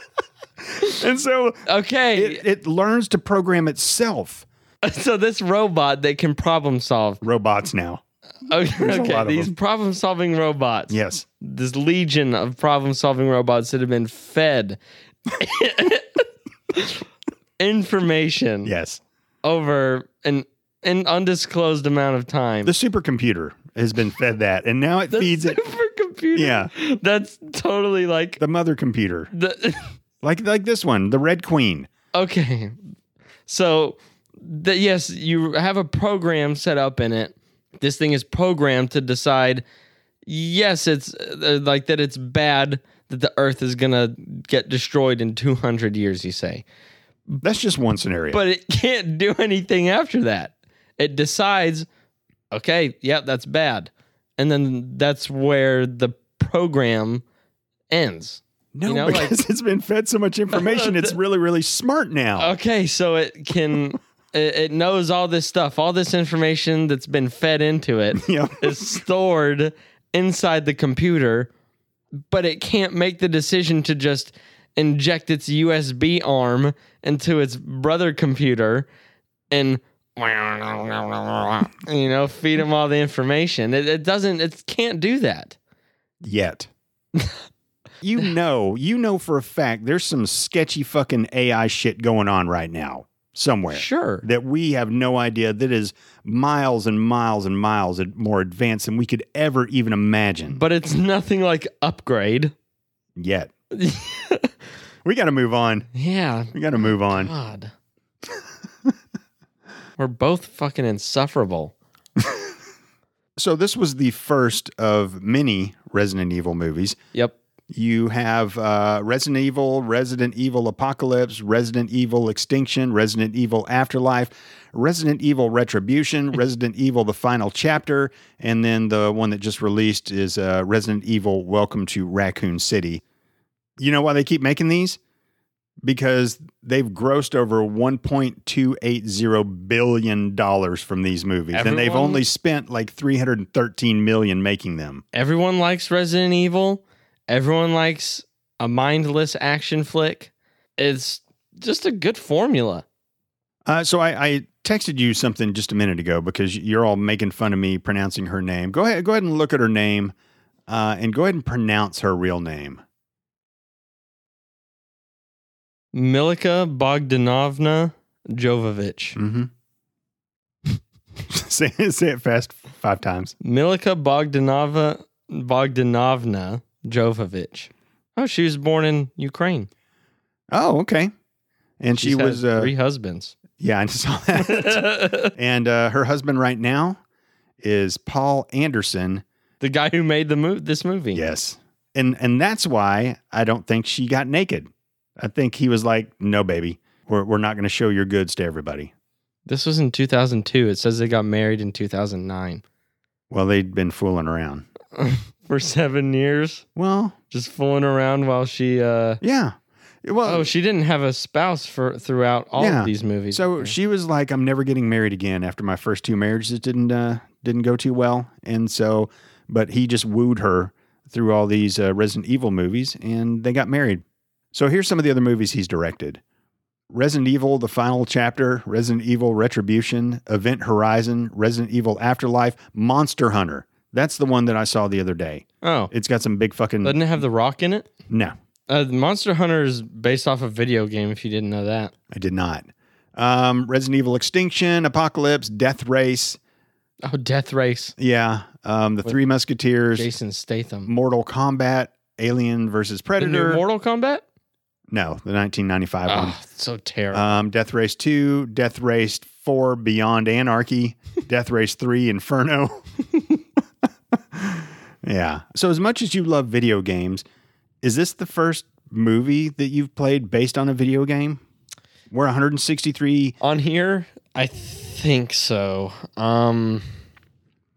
[SPEAKER 1] And so
[SPEAKER 2] Okay,
[SPEAKER 1] it, it learns to program itself.
[SPEAKER 2] so this robot that can problem solve.
[SPEAKER 1] Robots now.
[SPEAKER 2] Okay,
[SPEAKER 1] a lot
[SPEAKER 2] okay
[SPEAKER 1] of
[SPEAKER 2] these
[SPEAKER 1] them.
[SPEAKER 2] problem solving robots.
[SPEAKER 1] Yes.
[SPEAKER 2] This legion of problem solving robots that have been fed information
[SPEAKER 1] Yes.
[SPEAKER 2] over an an undisclosed amount of time.
[SPEAKER 1] The supercomputer has been fed that and now it feeds it
[SPEAKER 2] supercomputer.
[SPEAKER 1] Yeah.
[SPEAKER 2] that's totally like
[SPEAKER 1] the mother computer.
[SPEAKER 2] the
[SPEAKER 1] Like like this one, the Red Queen.
[SPEAKER 2] Okay. So, th- yes, you have a program set up in it. This thing is programmed to decide, yes, it's uh, like that it's bad that the earth is going to get destroyed in 200 years, you say.
[SPEAKER 1] That's just one scenario.
[SPEAKER 2] But it can't do anything after that. It decides okay, yeah, that's bad. And then that's where the program ends.
[SPEAKER 1] No,
[SPEAKER 2] You know, like-
[SPEAKER 1] because it's been fed so much information. It's really, really smart now.
[SPEAKER 2] Okay, so it can it, it knows all this stuff, all this information that's been fed into it
[SPEAKER 1] Yeah.
[SPEAKER 2] is stored inside the computer, but it can't make the decision to just inject its USB arm into its brother computer and you know feed him all the information. It, it doesn't. It can't do that.
[SPEAKER 1] Yet. you know, you know for a fact there's some sketchy fucking AI shit going on right now somewhere
[SPEAKER 2] Sure.
[SPEAKER 1] that we have no idea that is miles and miles and miles ad- more advanced than we could ever even imagine.
[SPEAKER 2] But it's nothing like upgrade.
[SPEAKER 1] Yet. we got to move on.
[SPEAKER 2] Yeah,
[SPEAKER 1] We got to move on.
[SPEAKER 2] God. We're both fucking insufferable.
[SPEAKER 1] So this was the first of many Resident Evil movies.
[SPEAKER 2] Yep.
[SPEAKER 1] You have uh, Resident Evil, Resident Evil Apocalypse, Resident Evil Extinction, Resident Evil Afterlife, Resident Evil Retribution, Resident Evil The Final Chapter, and then the one that just released is uh, Resident Evil Welcome to Raccoon City. You know why they keep making these? Because they've grossed over $1.280 billion from these movies, and they've
[SPEAKER 2] Everyone-
[SPEAKER 1] only spent like $313 million making them.
[SPEAKER 2] Everyone likes Resident Evil. Everyone likes a mindless action flick. It's just a good formula.
[SPEAKER 1] Uh, so I, I texted you something just a minute ago because you're all making fun of me pronouncing her name. Go ahead, go ahead and look at her name, uh, and go ahead and pronounce her real name.
[SPEAKER 2] Milika Bogdanovna Jovovich.
[SPEAKER 1] Mm-hmm. say, say it fast five times.
[SPEAKER 2] Milika Bogdanova Bogdanovna Jovovich. Oh, she was born in Ukraine.
[SPEAKER 1] Oh, okay. And she
[SPEAKER 2] She's had
[SPEAKER 1] was, uh,
[SPEAKER 2] three husbands.
[SPEAKER 1] yeah, I saw that. and uh, her husband right now is Paul Anderson.
[SPEAKER 2] the guy who made the mo- this movie.
[SPEAKER 1] Yes, and and that's why I don't think she got naked. I think he was like, "No, baby, we're we're not going to show your goods to everybody."
[SPEAKER 2] This was in 2002. It says they got married in 2009
[SPEAKER 1] Well, they'd been fooling around.
[SPEAKER 2] for seven years,
[SPEAKER 1] Well,
[SPEAKER 2] just fooling around while she. uh
[SPEAKER 1] yeah. Well,
[SPEAKER 2] Oh, she didn't have a spouse for throughout all
[SPEAKER 1] Yeah.
[SPEAKER 2] of these movies.
[SPEAKER 1] so she was like, "I'm never getting married again." After my first two marriages didn't uh, didn't go too well, and so, but he just wooed her through all these uh, Resident Evil movies, and they got married. So here's some of the other movies he's directed: Resident Evil: The Final Chapter, Resident Evil: Retribution, Event Horizon, Resident Evil Afterlife, Monster Hunter. That's the one that I saw the other day.
[SPEAKER 2] oh,
[SPEAKER 1] It's got some big fucking
[SPEAKER 2] doesn't it have the Rock in it?
[SPEAKER 1] no.
[SPEAKER 2] Uh, Monster Hunter is based off a video game. If you didn't know that,
[SPEAKER 1] I did not. Um, Resident Evil Extinction, Apocalypse, Death Race.
[SPEAKER 2] oh, Death Race,
[SPEAKER 1] Yeah. Um, the Three Musketeers,
[SPEAKER 2] Jason Statham,
[SPEAKER 1] Mortal Kombat, Alien versus
[SPEAKER 2] the new
[SPEAKER 1] Predator.
[SPEAKER 2] Mortal Kombat.
[SPEAKER 1] no, the 1995
[SPEAKER 2] Oh, so
[SPEAKER 1] one.
[SPEAKER 2] terrible.
[SPEAKER 1] Um, Death Race 2, Death Race 4, Beyond Anarchy, Death Race 3, Inferno. yeah. So, as much as you love video games, is this the first movie that you've played based on a video game? We're 163
[SPEAKER 2] on here i think so um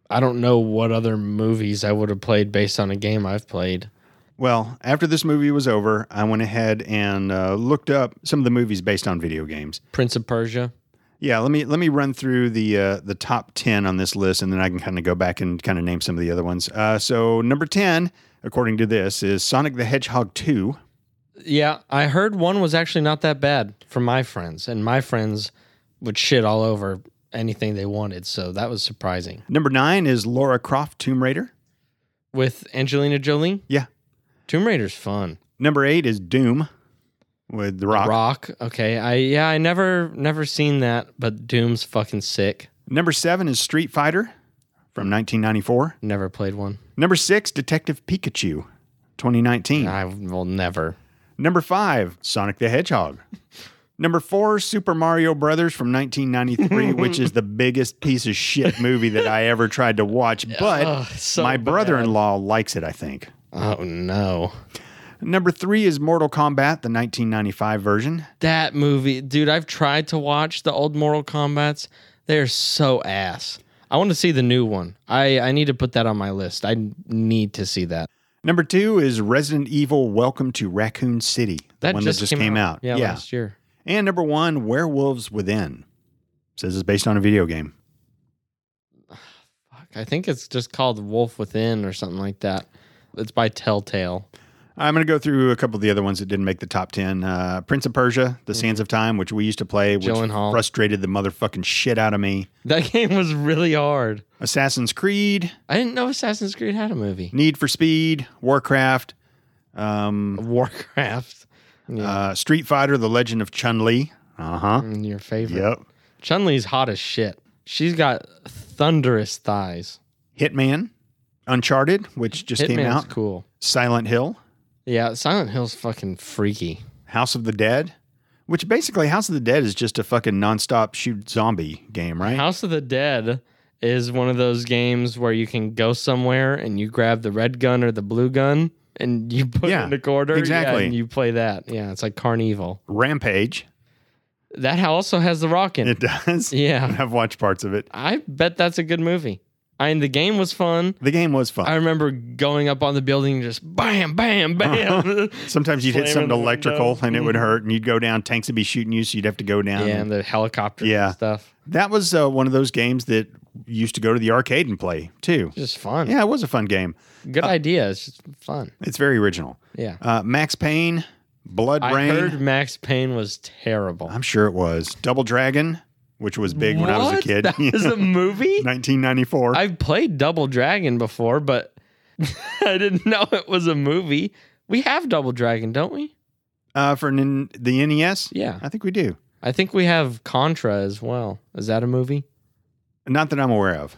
[SPEAKER 2] i don't know what other movies i would have played based on a game i've played
[SPEAKER 1] Well, after this movie was over, I went ahead and uh, looked up some of the movies based on video games.
[SPEAKER 2] prince of persia
[SPEAKER 1] Yeah, let me let me run through the uh, the top ten on this list, and then I can kind of go back and kind of name some of the other ones. Uh, so number ten, according to this, is Sonic the Hedgehog two.
[SPEAKER 2] yeah i heard one was actually not that bad from my friends and my friends would shit all over anything they wanted so that was surprising
[SPEAKER 1] Number nine is Laura Croft Tomb Raider.
[SPEAKER 2] with angelina jolie
[SPEAKER 1] Yeah.
[SPEAKER 2] tomb raider's fun
[SPEAKER 1] Number eight is Doom with The Rock.
[SPEAKER 2] rock okay i yeah i never never seen that but doom's fucking sick
[SPEAKER 1] Number seven is Street Fighter from 1994.
[SPEAKER 2] never played one
[SPEAKER 1] Number six, Detective Pikachu, 2019.
[SPEAKER 2] i will never
[SPEAKER 1] Number five, Sonic the Hedgehog. Number four, Super Mario Brothers from 1993, which is the biggest piece of shit movie that I ever tried to watch. But
[SPEAKER 2] Ugh, so
[SPEAKER 1] my
[SPEAKER 2] bad.
[SPEAKER 1] brother-in-law likes it, I think.
[SPEAKER 2] oh no
[SPEAKER 1] Number three is Mortal Kombat, the 1995 version.
[SPEAKER 2] That movie, dude, I've tried to watch the old Mortal Kombat's. They're so ass. I want to see the new one. I, I need to put that on my list. I need to see that.
[SPEAKER 1] Number two is Resident Evil Welcome to Raccoon City. the
[SPEAKER 2] That
[SPEAKER 1] one
[SPEAKER 2] just,
[SPEAKER 1] that just came, out.
[SPEAKER 2] Yeah, last year.
[SPEAKER 1] And number one, Werewolves Within. Says it's based on a video game.
[SPEAKER 2] Fuck, I think it's just called Wolf Within or something like that. It's by Telltale.
[SPEAKER 1] I'm going to go through a couple of the other ones that didn't make the top 10. Uh, Prince of Persia, The Sands of Time, which we used to play, which
[SPEAKER 2] Mm-hmm. Gyllenhaal.
[SPEAKER 1] frustrated the motherfucking shit out of me.
[SPEAKER 2] That game was really hard.
[SPEAKER 1] Assassin's Creed,
[SPEAKER 2] I didn't know Assassin's Creed had a movie.
[SPEAKER 1] Need for Speed, Warcraft, um,
[SPEAKER 2] Warcraft. Yeah.
[SPEAKER 1] uh, Street Fighter, The Legend of Chun Li. Uh huh.
[SPEAKER 2] Mm, your favorite.
[SPEAKER 1] Yep.
[SPEAKER 2] Chun Li's hot as shit. She's got thunderous thighs.
[SPEAKER 1] Hitman, Uncharted, which just came
[SPEAKER 2] Hitman's
[SPEAKER 1] out.
[SPEAKER 2] cool.
[SPEAKER 1] Silent Hill,
[SPEAKER 2] Yeah, Silent Hill's fucking freaky.
[SPEAKER 1] House of the Dead, which basically House of the Dead is just a fucking nonstop shoot zombie game, right?
[SPEAKER 2] House of the Dead is one of those games where you can go somewhere and you grab the red gun or the blue gun and you put
[SPEAKER 1] Yeah,
[SPEAKER 2] it in a quarter. yeah,
[SPEAKER 1] exactly.
[SPEAKER 2] and you play that. Yeah, it's like Carnival.
[SPEAKER 1] Rampage,
[SPEAKER 2] That ha- also has The Rock in it.
[SPEAKER 1] it does.
[SPEAKER 2] Yeah.
[SPEAKER 1] I've watched parts of it.
[SPEAKER 2] I bet that's a good movie. I mean, the game was fun.
[SPEAKER 1] The game was fun.
[SPEAKER 2] I remember going up on the building and just bam, bam, bam.
[SPEAKER 1] Sometimes you'd hit
[SPEAKER 2] Flaming
[SPEAKER 1] something
[SPEAKER 2] the
[SPEAKER 1] electrical
[SPEAKER 2] window.
[SPEAKER 1] and it would hurt, and you'd go down. Tanks would be shooting you, so you'd have to go down.
[SPEAKER 2] yeah, and the helicopter
[SPEAKER 1] Yeah.
[SPEAKER 2] and stuff.
[SPEAKER 1] That was uh, one of those games that used to go to the arcade and play too.
[SPEAKER 2] Just fun.
[SPEAKER 1] Yeah, Uh, it was a fun game.
[SPEAKER 2] Good idea. It's just fun.
[SPEAKER 1] It's very original.
[SPEAKER 2] Yeah.
[SPEAKER 1] Uh, Max Payne, Blood
[SPEAKER 2] I
[SPEAKER 1] Rain.
[SPEAKER 2] heard Max Payne was terrible.
[SPEAKER 1] I'm sure it was Double Dragon, which was big when I was a
[SPEAKER 2] What?
[SPEAKER 1] kid.
[SPEAKER 2] That was a movie?
[SPEAKER 1] 1994.
[SPEAKER 2] I've played Double Dragon before, but I didn't know it was a movie. We have Double Dragon, don't we?
[SPEAKER 1] uh, for nin- the NES?
[SPEAKER 2] Yeah.
[SPEAKER 1] I think we do.
[SPEAKER 2] I think we have Contra as well. Is that a movie?
[SPEAKER 1] Not that I'm aware of.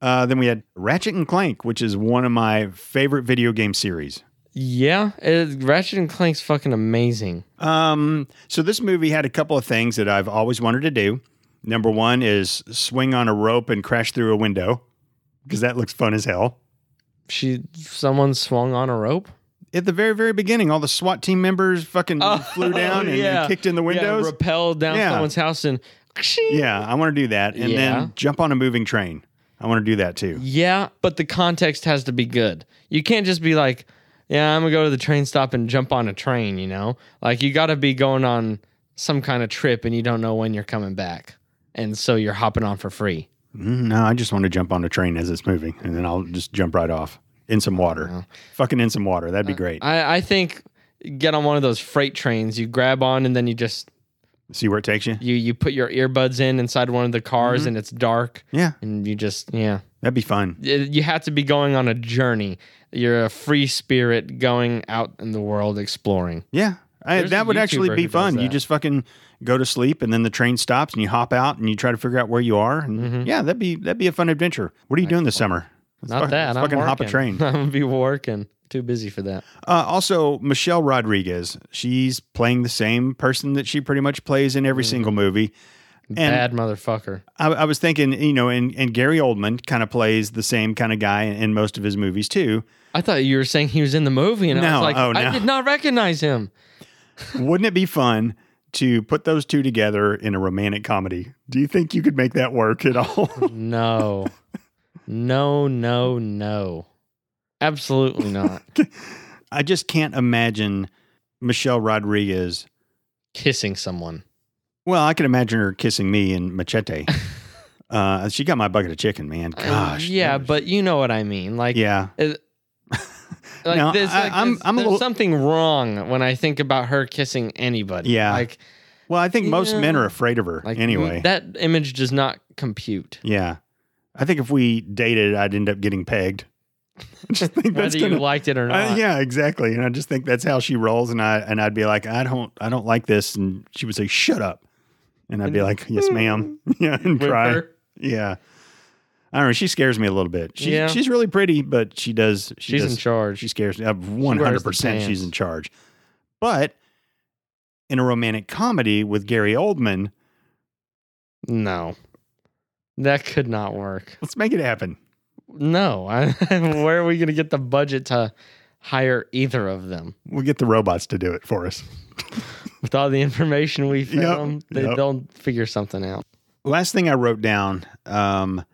[SPEAKER 1] uh, then we had Ratchet and Clank, which is one of my favorite video game series.
[SPEAKER 2] Yeah. It, Ratchet and Clank's fucking amazing.
[SPEAKER 1] Um, so this movie had a couple of things that I've always wanted to do. Number one is swing on a rope and crash through a window because that looks fun as hell.
[SPEAKER 2] She someone swung on a rope.
[SPEAKER 1] At the very, very beginning, all the SWAT team members fucking
[SPEAKER 2] Oh,
[SPEAKER 1] flew down and,
[SPEAKER 2] yeah.
[SPEAKER 1] kicked in the windows.
[SPEAKER 2] Yeah, rappelled down
[SPEAKER 1] Yeah.
[SPEAKER 2] someone's house and
[SPEAKER 1] Yeah, I want to do that. And
[SPEAKER 2] Yeah.
[SPEAKER 1] then jump on a moving train. I want to do that too.
[SPEAKER 2] Yeah, but the context has to be good. You can't just be like, yeah, I'm gonna go to the train stop and jump on a train, you know? Like you gotta be going on some kind of trip and you don't know when you're coming back. And so you're hopping on for free.
[SPEAKER 1] Mm, No, I just want to jump on a train as it's moving and then I'll just jump right off in some water. Fucking in some water. That'd be great.
[SPEAKER 2] Uh, I, I think get on one of those freight trains, you grab on and then you just
[SPEAKER 1] See where it takes you?
[SPEAKER 2] you you put your earbuds in inside one of the cars and it's dark
[SPEAKER 1] Yeah,
[SPEAKER 2] and you just yeah.
[SPEAKER 1] that'd be fun.
[SPEAKER 2] Y- You have to be going on a journey. You're a free spirit going out in the world exploring.
[SPEAKER 1] Yeah. I,
[SPEAKER 2] There's a
[SPEAKER 1] that would actually
[SPEAKER 2] YouTuber
[SPEAKER 1] be
[SPEAKER 2] who does
[SPEAKER 1] fun. You
[SPEAKER 2] that.
[SPEAKER 1] just fucking go to sleep and then the train stops and you hop out and you try to figure out where you are. And yeah, that'd be that'd be a fun adventure. What are you doing this summer? Let's
[SPEAKER 2] Mm-hmm. Not
[SPEAKER 1] fuck-
[SPEAKER 2] that.
[SPEAKER 1] Let's
[SPEAKER 2] I'm
[SPEAKER 1] fucking
[SPEAKER 2] working.
[SPEAKER 1] hop a train.
[SPEAKER 2] I'm gonna be working. Too busy for that.
[SPEAKER 1] Uh, also, Michelle Rodriguez. She's playing the same person that she pretty much plays in
[SPEAKER 2] Mm.
[SPEAKER 1] every single movie. And
[SPEAKER 2] Bad motherfucker.
[SPEAKER 1] I, I was thinking, you know, and, and Gary Oldman kind of plays the same kind of guy in, in most of his movies too.
[SPEAKER 2] I thought you were saying he was in the movie, and I
[SPEAKER 1] No,
[SPEAKER 2] was like,
[SPEAKER 1] oh,
[SPEAKER 2] I
[SPEAKER 1] no.
[SPEAKER 2] did not recognize him.
[SPEAKER 1] Wouldn't it be fun to put those two together in a romantic comedy? Do you think you could make that work at all?
[SPEAKER 2] No, no, no, no. Absolutely not.
[SPEAKER 1] I just can't imagine Michelle Rodriguez.
[SPEAKER 2] Kissing someone.
[SPEAKER 1] Well, I can imagine her kissing me in Machete. uh, she got my bucket of chicken, man.
[SPEAKER 2] Uh,
[SPEAKER 1] Gosh.
[SPEAKER 2] yeah,
[SPEAKER 1] that was-
[SPEAKER 2] but you know what I mean. Like,
[SPEAKER 1] yeah.
[SPEAKER 2] it- like,
[SPEAKER 1] No,
[SPEAKER 2] there's,
[SPEAKER 1] I-
[SPEAKER 2] like,
[SPEAKER 1] I'm-
[SPEAKER 2] there's-
[SPEAKER 1] I'm a
[SPEAKER 2] there's
[SPEAKER 1] little-
[SPEAKER 2] something wrong when I think about her kissing anybody.
[SPEAKER 1] Yeah.
[SPEAKER 2] like,
[SPEAKER 1] Well, I think most
[SPEAKER 2] Yeah.
[SPEAKER 1] men are afraid of her
[SPEAKER 2] like
[SPEAKER 1] anyway.
[SPEAKER 2] that image does not compute.
[SPEAKER 1] yeah. I think if we dated, I'd end up getting pegged. I just think that's
[SPEAKER 2] Whether you
[SPEAKER 1] gonna,
[SPEAKER 2] liked it or not.
[SPEAKER 1] Uh, yeah, exactly. And I just think that's how she rolls. And I and I'd be like, I don't, I don't like this. And she would say, Shut up. And I'd be like, Yes, ma'am. Yeah, and
[SPEAKER 2] With
[SPEAKER 1] cry.
[SPEAKER 2] her.
[SPEAKER 1] Yeah. I don't know. She scares me a little bit. She,
[SPEAKER 2] Yeah.
[SPEAKER 1] She's really pretty, but she does. She
[SPEAKER 2] She's
[SPEAKER 1] does,
[SPEAKER 2] in charge.
[SPEAKER 1] She scares me. One hundred percent. She's
[SPEAKER 2] pants.
[SPEAKER 1] in charge. But in a romantic comedy with Gary Oldman,
[SPEAKER 2] No, that could not work.
[SPEAKER 1] let's make it happen.
[SPEAKER 2] No, I, where are we going to get the budget to hire either of them?
[SPEAKER 1] We'll get the robots to do it for us.
[SPEAKER 2] With all the information we
[SPEAKER 1] Yep,
[SPEAKER 2] film, they,
[SPEAKER 1] yep.
[SPEAKER 2] they'll figure something out.
[SPEAKER 1] Last thing I wrote down um,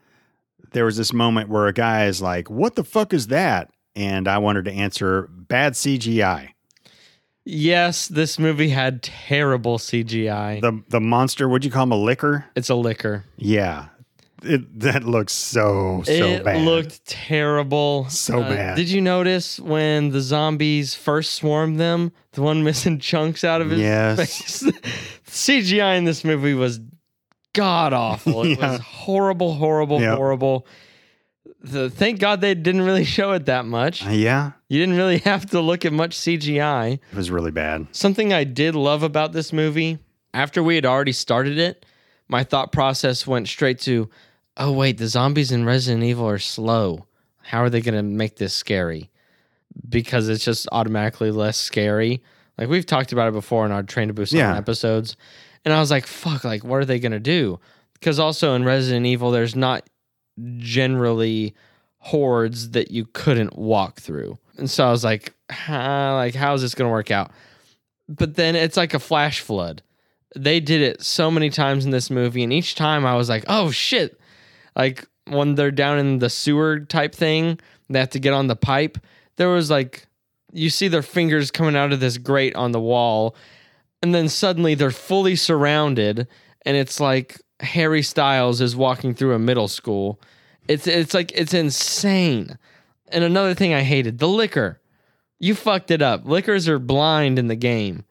[SPEAKER 1] there was this moment where a guy is like, "What the fuck is that?" And I wanted to answer, "Bad CGI."
[SPEAKER 2] Yes, this movie had terrible CGI.
[SPEAKER 1] The the monster, what'd you call him, a liquor?
[SPEAKER 2] it's a liquor.
[SPEAKER 1] Yeah, it, that looks so so
[SPEAKER 2] it
[SPEAKER 1] bad.
[SPEAKER 2] looked terrible. Uh,
[SPEAKER 1] So bad.
[SPEAKER 2] Did you notice when the zombies first swarmed them, the one missing chunks out of his
[SPEAKER 1] Yes.
[SPEAKER 2] face? CGI in this movie was god awful. It
[SPEAKER 1] Yeah.
[SPEAKER 2] was horrible, horrible,
[SPEAKER 1] Yep.
[SPEAKER 2] horrible. The, thank God they didn't really show it that much.
[SPEAKER 1] Uh, yeah,
[SPEAKER 2] You didn't really have to look at much CGI.
[SPEAKER 1] it was really bad.
[SPEAKER 2] Something I did love about this movie, after we had already started it, my thought process went straight to, oh, wait, the zombies in Resident Evil are slow. How are they going to make this scary? Because it's just automatically less scary. Like we've talked about it before in our Train to Busan
[SPEAKER 1] Yeah.
[SPEAKER 2] episodes. And I was like, fuck, like, what are they going to do? Because also in Resident Evil, there's not generally hordes that you couldn't walk through. And so I was like, huh, like, how is this going to work out? But then it's like a flash flood. They did it so many times in this movie, and each time I was like, oh shit. Like when they're down in the sewer type thing, they have to get on the pipe. There was like, you see their fingers coming out of this grate on the wall, and then suddenly they're fully surrounded, and it's like Harry Styles is walking through a middle school. It's it's like it's insane. And another thing I hated, the liquor. You fucked it up. Liquors are blind in the game.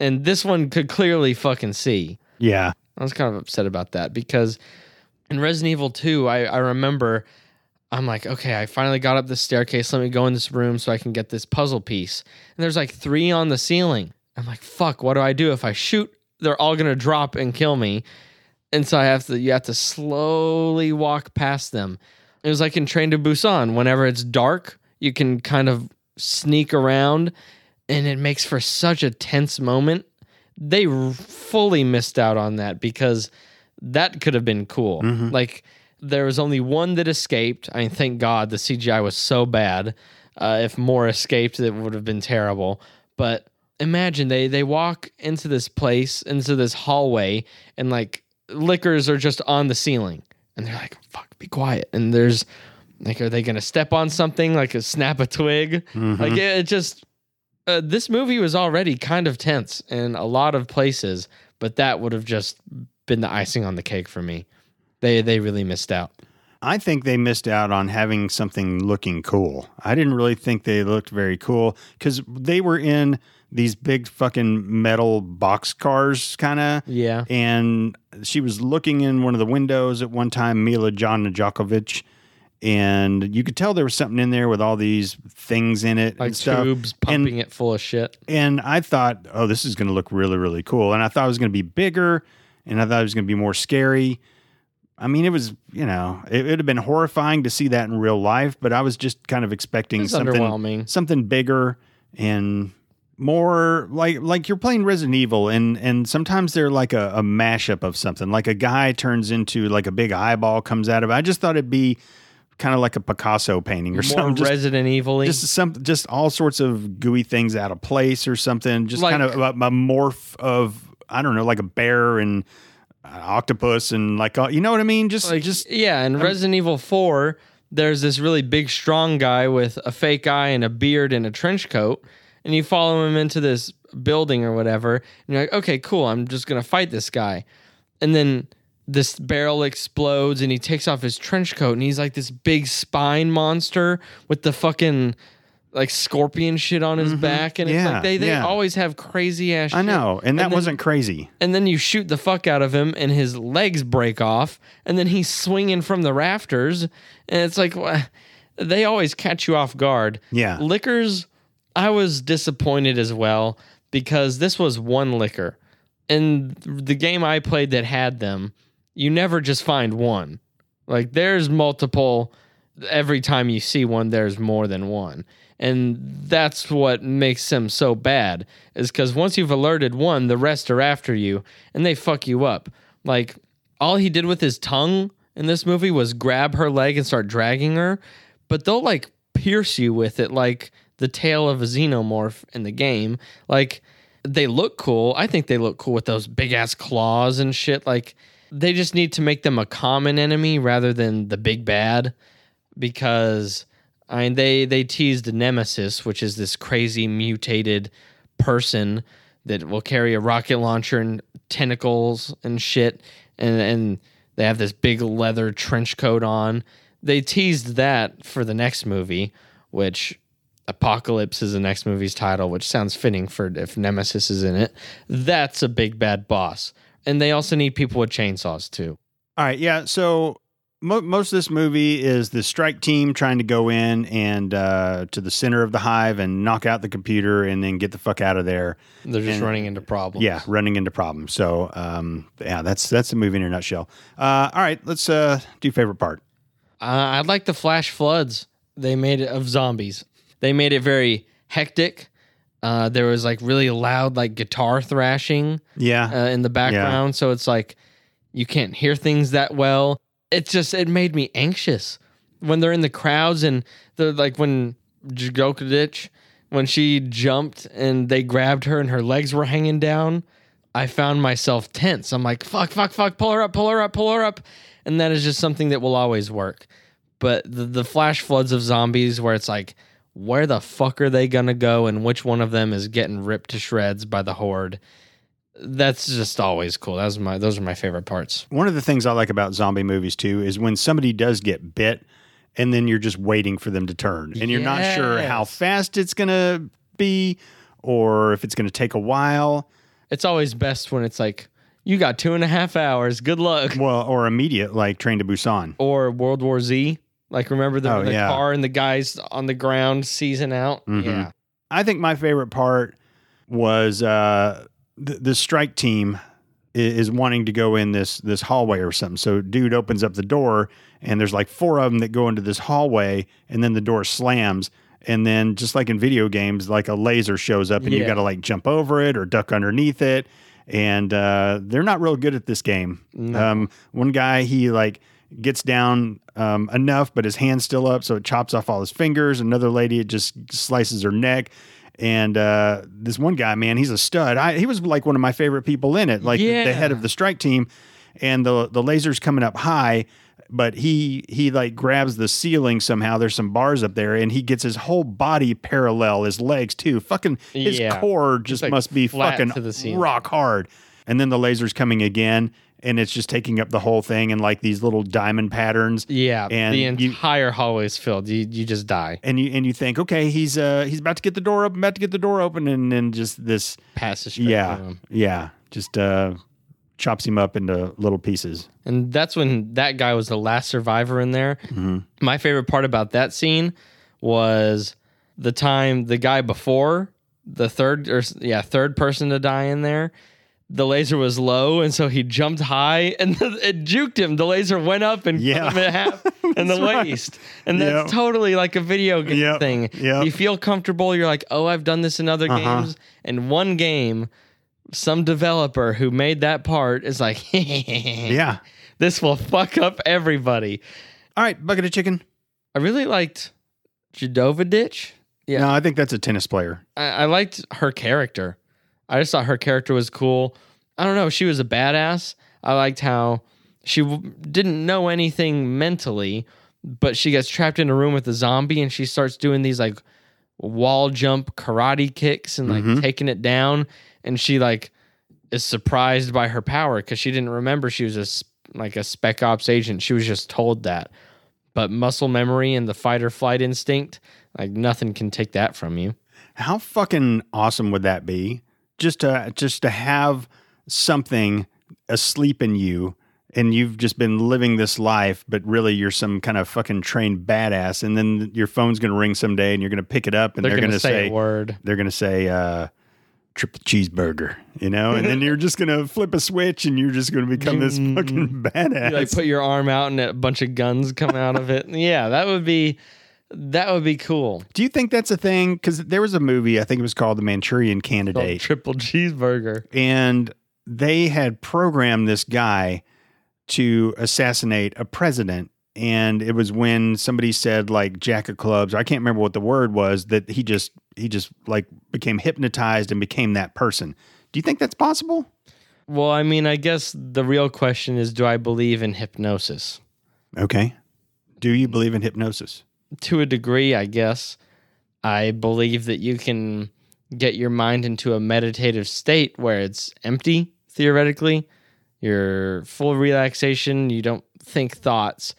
[SPEAKER 2] And this one could clearly fucking see.
[SPEAKER 1] Yeah,
[SPEAKER 2] I was kind of upset about that because in Resident Evil 2, I, I remember I'm like, okay, I finally got up the staircase. Let me go in this room so I can get this puzzle piece. And there's like three on the ceiling. I'm like, fuck, what do I do? If I shoot, they're all gonna drop and kill me. And so I have to you have to slowly walk past them. It was like in Train to Busan. Whenever it's dark, you can kind of sneak around and it makes for such a tense moment. They r- fully missed out on that because that could have been cool. Like there was only one that escaped. I mean, thank God the CGI was so bad. Uh, if more escaped, it would have been terrible. But imagine they they walk into this place, into this hallway, and like liquors are just on the ceiling, and they're like, "Fuck, be quiet!" And there's like, are they gonna step on something? Like a snap a twig?
[SPEAKER 1] Mm-hmm.
[SPEAKER 2] Like it, it just uh, this movie was already kind of tense in a lot of places, but that would have just been the icing on the cake for me. They they really missed out.
[SPEAKER 1] I think they missed out on having something looking cool. I didn't really think they looked very cool because they were in these big fucking metal box cars, kind of.
[SPEAKER 2] Yeah.
[SPEAKER 1] and she was looking in one of the windows at one time, Mila John Najakovic, and you could tell there was something in there with all these things in it
[SPEAKER 2] Like
[SPEAKER 1] and stuff.
[SPEAKER 2] tubes pumping it full of shit.
[SPEAKER 1] And I thought, oh, this is going to look really, really cool. And I thought it was going to be bigger, and I thought it was going to be more scary. I mean, it was, you know, it would have been horrifying to see that in real life, but I was just kind of expecting
[SPEAKER 2] It's
[SPEAKER 1] something
[SPEAKER 2] underwhelming.
[SPEAKER 1] something bigger and more like like you're playing Resident Evil and and sometimes they're like a, a mashup of something. Like a guy turns into like a big eyeball comes out of it. I just thought it'd be kind of like a Picasso painting or
[SPEAKER 2] More
[SPEAKER 1] something. Just,
[SPEAKER 2] Resident Evil.
[SPEAKER 1] just some just all sorts of gooey things out of place or something. Just
[SPEAKER 2] Like-
[SPEAKER 1] kind of a, a morph of I don't know, like a bear and an octopus and like all, you know what I mean? Just
[SPEAKER 2] like eh,
[SPEAKER 1] just
[SPEAKER 2] just yeah, in Resident Evil Four, there's this really big, strong guy with a fake eye and a beard and a trench coat, and you follow him into this building or whatever, and you're like, okay, cool, I'm just gonna fight this guy, and then this barrel explodes and he takes off his trench coat and he's like this big spine monster with the fucking like scorpion shit on his back and it's
[SPEAKER 1] Mm-hmm. Yeah,
[SPEAKER 2] like they, they
[SPEAKER 1] yeah.
[SPEAKER 2] always have crazy ass
[SPEAKER 1] I
[SPEAKER 2] shit.
[SPEAKER 1] know. And that
[SPEAKER 2] then-
[SPEAKER 1] wasn't crazy.
[SPEAKER 2] and then you shoot the fuck out of him and his legs break off and then he's swinging from the rafters and it's like wha- they always catch you off guard
[SPEAKER 1] Yeah.
[SPEAKER 2] liquors i was disappointed as well because this was one liquor and the game i played that had them you never just find one like there's multiple every time you see one there's more than one and that's what makes them so bad is because once you've alerted one the rest are after you and they fuck you up like all he did with his tongue in this movie was grab her leg and start dragging her but they'll like pierce you with it like the tail of a xenomorph in the game like they look cool i think they look cool with those big ass claws and shit like They just need to make them a common enemy rather than the big bad because I mean they they teased Nemesis, which is this crazy mutated person that will carry a rocket launcher and tentacles and shit and and they have this big leather trench coat on. They teased that for the next movie, which Apocalypse is the next movie's title, which sounds fitting for if Nemesis is in it. That's a big bad boss. And they also need people with chainsaws too.
[SPEAKER 1] All right, yeah. So mo- most of this movie is the strike team trying to go in and uh, to the center of the hive and knock out the computer and then get the fuck out of there.
[SPEAKER 2] They're just
[SPEAKER 1] And-
[SPEAKER 2] running into problems.
[SPEAKER 1] Yeah, running into problems. So um, yeah, that's that's the movie in a nutshell. Uh, all right, let's uh, do favorite part.
[SPEAKER 2] Uh, I'd like the flash floods. They made it of zombies. They made it very hectic. Uh, there was like really loud like guitar thrashing uh,
[SPEAKER 1] Yeah,
[SPEAKER 2] in the background, so it's like you can't hear things that well. It just it made me anxious when they're in the crowds and they're like when Djokovic when she jumped and they grabbed her and her legs were hanging down. I found myself tense. I'm like, fuck, fuck, fuck, pull her up, pull her up, pull her up. And that is just something that will always work. But the, the flash floods of zombies, where it's like, where the fuck are they gonna go and which one of them is getting ripped to shreds by the horde? That's just always cool. That was my those are my favorite parts.
[SPEAKER 1] one of the things I like about zombie movies too is when somebody does get bit, and then you're just waiting for them to turn, and you're not sure how
[SPEAKER 2] Yes.
[SPEAKER 1] fast it's gonna be or if it's gonna take a while.
[SPEAKER 2] It's always best when it's like, you got two and a half hours. Good luck.
[SPEAKER 1] Well, or immediate like Train to Busan.
[SPEAKER 2] Or World War Z. Like remember the,
[SPEAKER 1] Oh,
[SPEAKER 2] the
[SPEAKER 1] yeah.
[SPEAKER 2] car and the guys on the ground seizing out.
[SPEAKER 1] Mhm.
[SPEAKER 2] Yeah.
[SPEAKER 1] I think my favorite part was uh, the, the strike team i- is wanting to go in this this hallway or something. So dude opens up the door and there's like four of them that go into this hallway and then the door slams and then just like in video games, like a laser shows up and you
[SPEAKER 2] Yeah.
[SPEAKER 1] got to like jump over it or duck underneath it. And uh, they're not real good at this game. Um, one guy he like gets down um, enough, but his hand's still up, so it chops off all his fingers. Another lady, it just slices her neck. And uh, this one guy, man, he's a stud. I, he was like one of my favorite people in it, like the- the,
[SPEAKER 2] Yeah.
[SPEAKER 1] head of the strike team. And the the laser's coming up high, but he he like grabs the ceiling somehow. There's some bars up there, and he gets his whole body parallel, his legs too. Fucking his
[SPEAKER 2] Yeah.
[SPEAKER 1] core just
[SPEAKER 2] like,
[SPEAKER 1] must be
[SPEAKER 2] flat
[SPEAKER 1] fucking
[SPEAKER 2] to the ceiling.
[SPEAKER 1] rock hard. And then the laser's coming again, and it's just taking up the whole thing and like these little diamond patterns.
[SPEAKER 2] Yeah.
[SPEAKER 1] And
[SPEAKER 2] the
[SPEAKER 1] you-
[SPEAKER 2] entire hallway's filled. You you just die.
[SPEAKER 1] And you and you think, okay, he's uh he's about to get the door open, about to get the door open, and then just this,
[SPEAKER 2] Passes straight through
[SPEAKER 1] yeah,
[SPEAKER 2] 'em.
[SPEAKER 1] yeah, just uh chops him up into little pieces.
[SPEAKER 2] And that's when that guy was the last survivor in there.
[SPEAKER 1] Mm-hmm.
[SPEAKER 2] My favorite part about that scene was the time the guy before the third or yeah, third person to die in there. The laser was low, and so he jumped high, and it juked him. The laser went up and
[SPEAKER 1] Yeah.
[SPEAKER 2] cut him in half in the waist, and that's
[SPEAKER 1] Yep.
[SPEAKER 2] totally like a video game
[SPEAKER 1] Yep.
[SPEAKER 2] thing.
[SPEAKER 1] Yep.
[SPEAKER 2] You feel comfortable. You're like, oh, I've done this in other
[SPEAKER 1] Uh-huh.
[SPEAKER 2] games. And one game, some developer who made that part is like,
[SPEAKER 1] Yeah.
[SPEAKER 2] this will fuck up everybody.
[SPEAKER 1] All right, bucket of chicken.
[SPEAKER 2] I really liked Jadova Ditch. Yeah.
[SPEAKER 1] No, I think that's a tennis player.
[SPEAKER 2] I, I liked her character. I just thought her character was cool. I don't know. She was a badass. I liked how she w- didn't know anything mentally, but she gets trapped in a room with a zombie and she starts doing these like wall jump karate kicks and like
[SPEAKER 1] Mhm.
[SPEAKER 2] taking it down. And she like is surprised by her power because she didn't remember she was a s- like a spec ops agent. She was just told that. But muscle memory and the fight or flight instinct, like nothing can take that from you.
[SPEAKER 1] How fucking awesome would that be? Just to just to have something asleep in you and you've just been living this life, but really you're some kind of fucking trained badass and then your phone's gonna ring someday and you're gonna pick it up and they're, gonna, say,
[SPEAKER 2] a word.
[SPEAKER 1] they're gonna say uh triple cheeseburger, you know, and then you're just gonna flip a switch and you're just gonna become this fucking badass.
[SPEAKER 2] You, like put your arm out and a bunch of guns come out of it. Yeah, that would be that would be cool.
[SPEAKER 1] Do you think that's a thing? Because there was a movie, I think it was called The Manchurian Candidate.
[SPEAKER 2] Triple cheeseburger.
[SPEAKER 1] and they had programmed this guy to assassinate a president. And it was when somebody said like jack of clubs, I can't remember what the word was, that he just he just like became hypnotized and became that person. Do you think that's possible?
[SPEAKER 2] Well, I mean, I guess the real question is do I believe in hypnosis?
[SPEAKER 1] Okay. Do you believe in hypnosis?
[SPEAKER 2] To a degree, I guess. I believe that you can get your mind into a meditative state where it's empty, theoretically. You're full of relaxation, you don't think thoughts.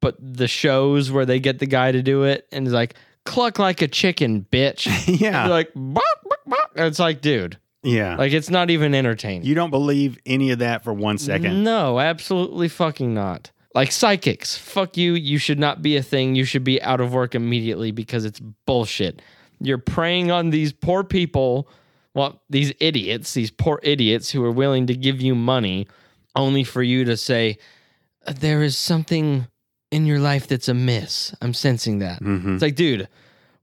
[SPEAKER 2] But the shows where they get the guy to do it and he's like, cluck like a chicken, bitch.
[SPEAKER 1] yeah.
[SPEAKER 2] You're like, "Bawk, bawk, bawk." And it's like, dude,
[SPEAKER 1] yeah.
[SPEAKER 2] like it's not even entertaining.
[SPEAKER 1] you don't believe any of that for one second.
[SPEAKER 2] No, absolutely fucking not. Like psychics, fuck you. You should not be a thing. You should be out of work immediately because it's bullshit. You're preying on these poor people, well, these idiots, these poor idiots who are willing to give you money only for you to say, "Uh, there is something in your life that's amiss. I'm sensing that.
[SPEAKER 1] Mm-hmm.
[SPEAKER 2] It's like, dude,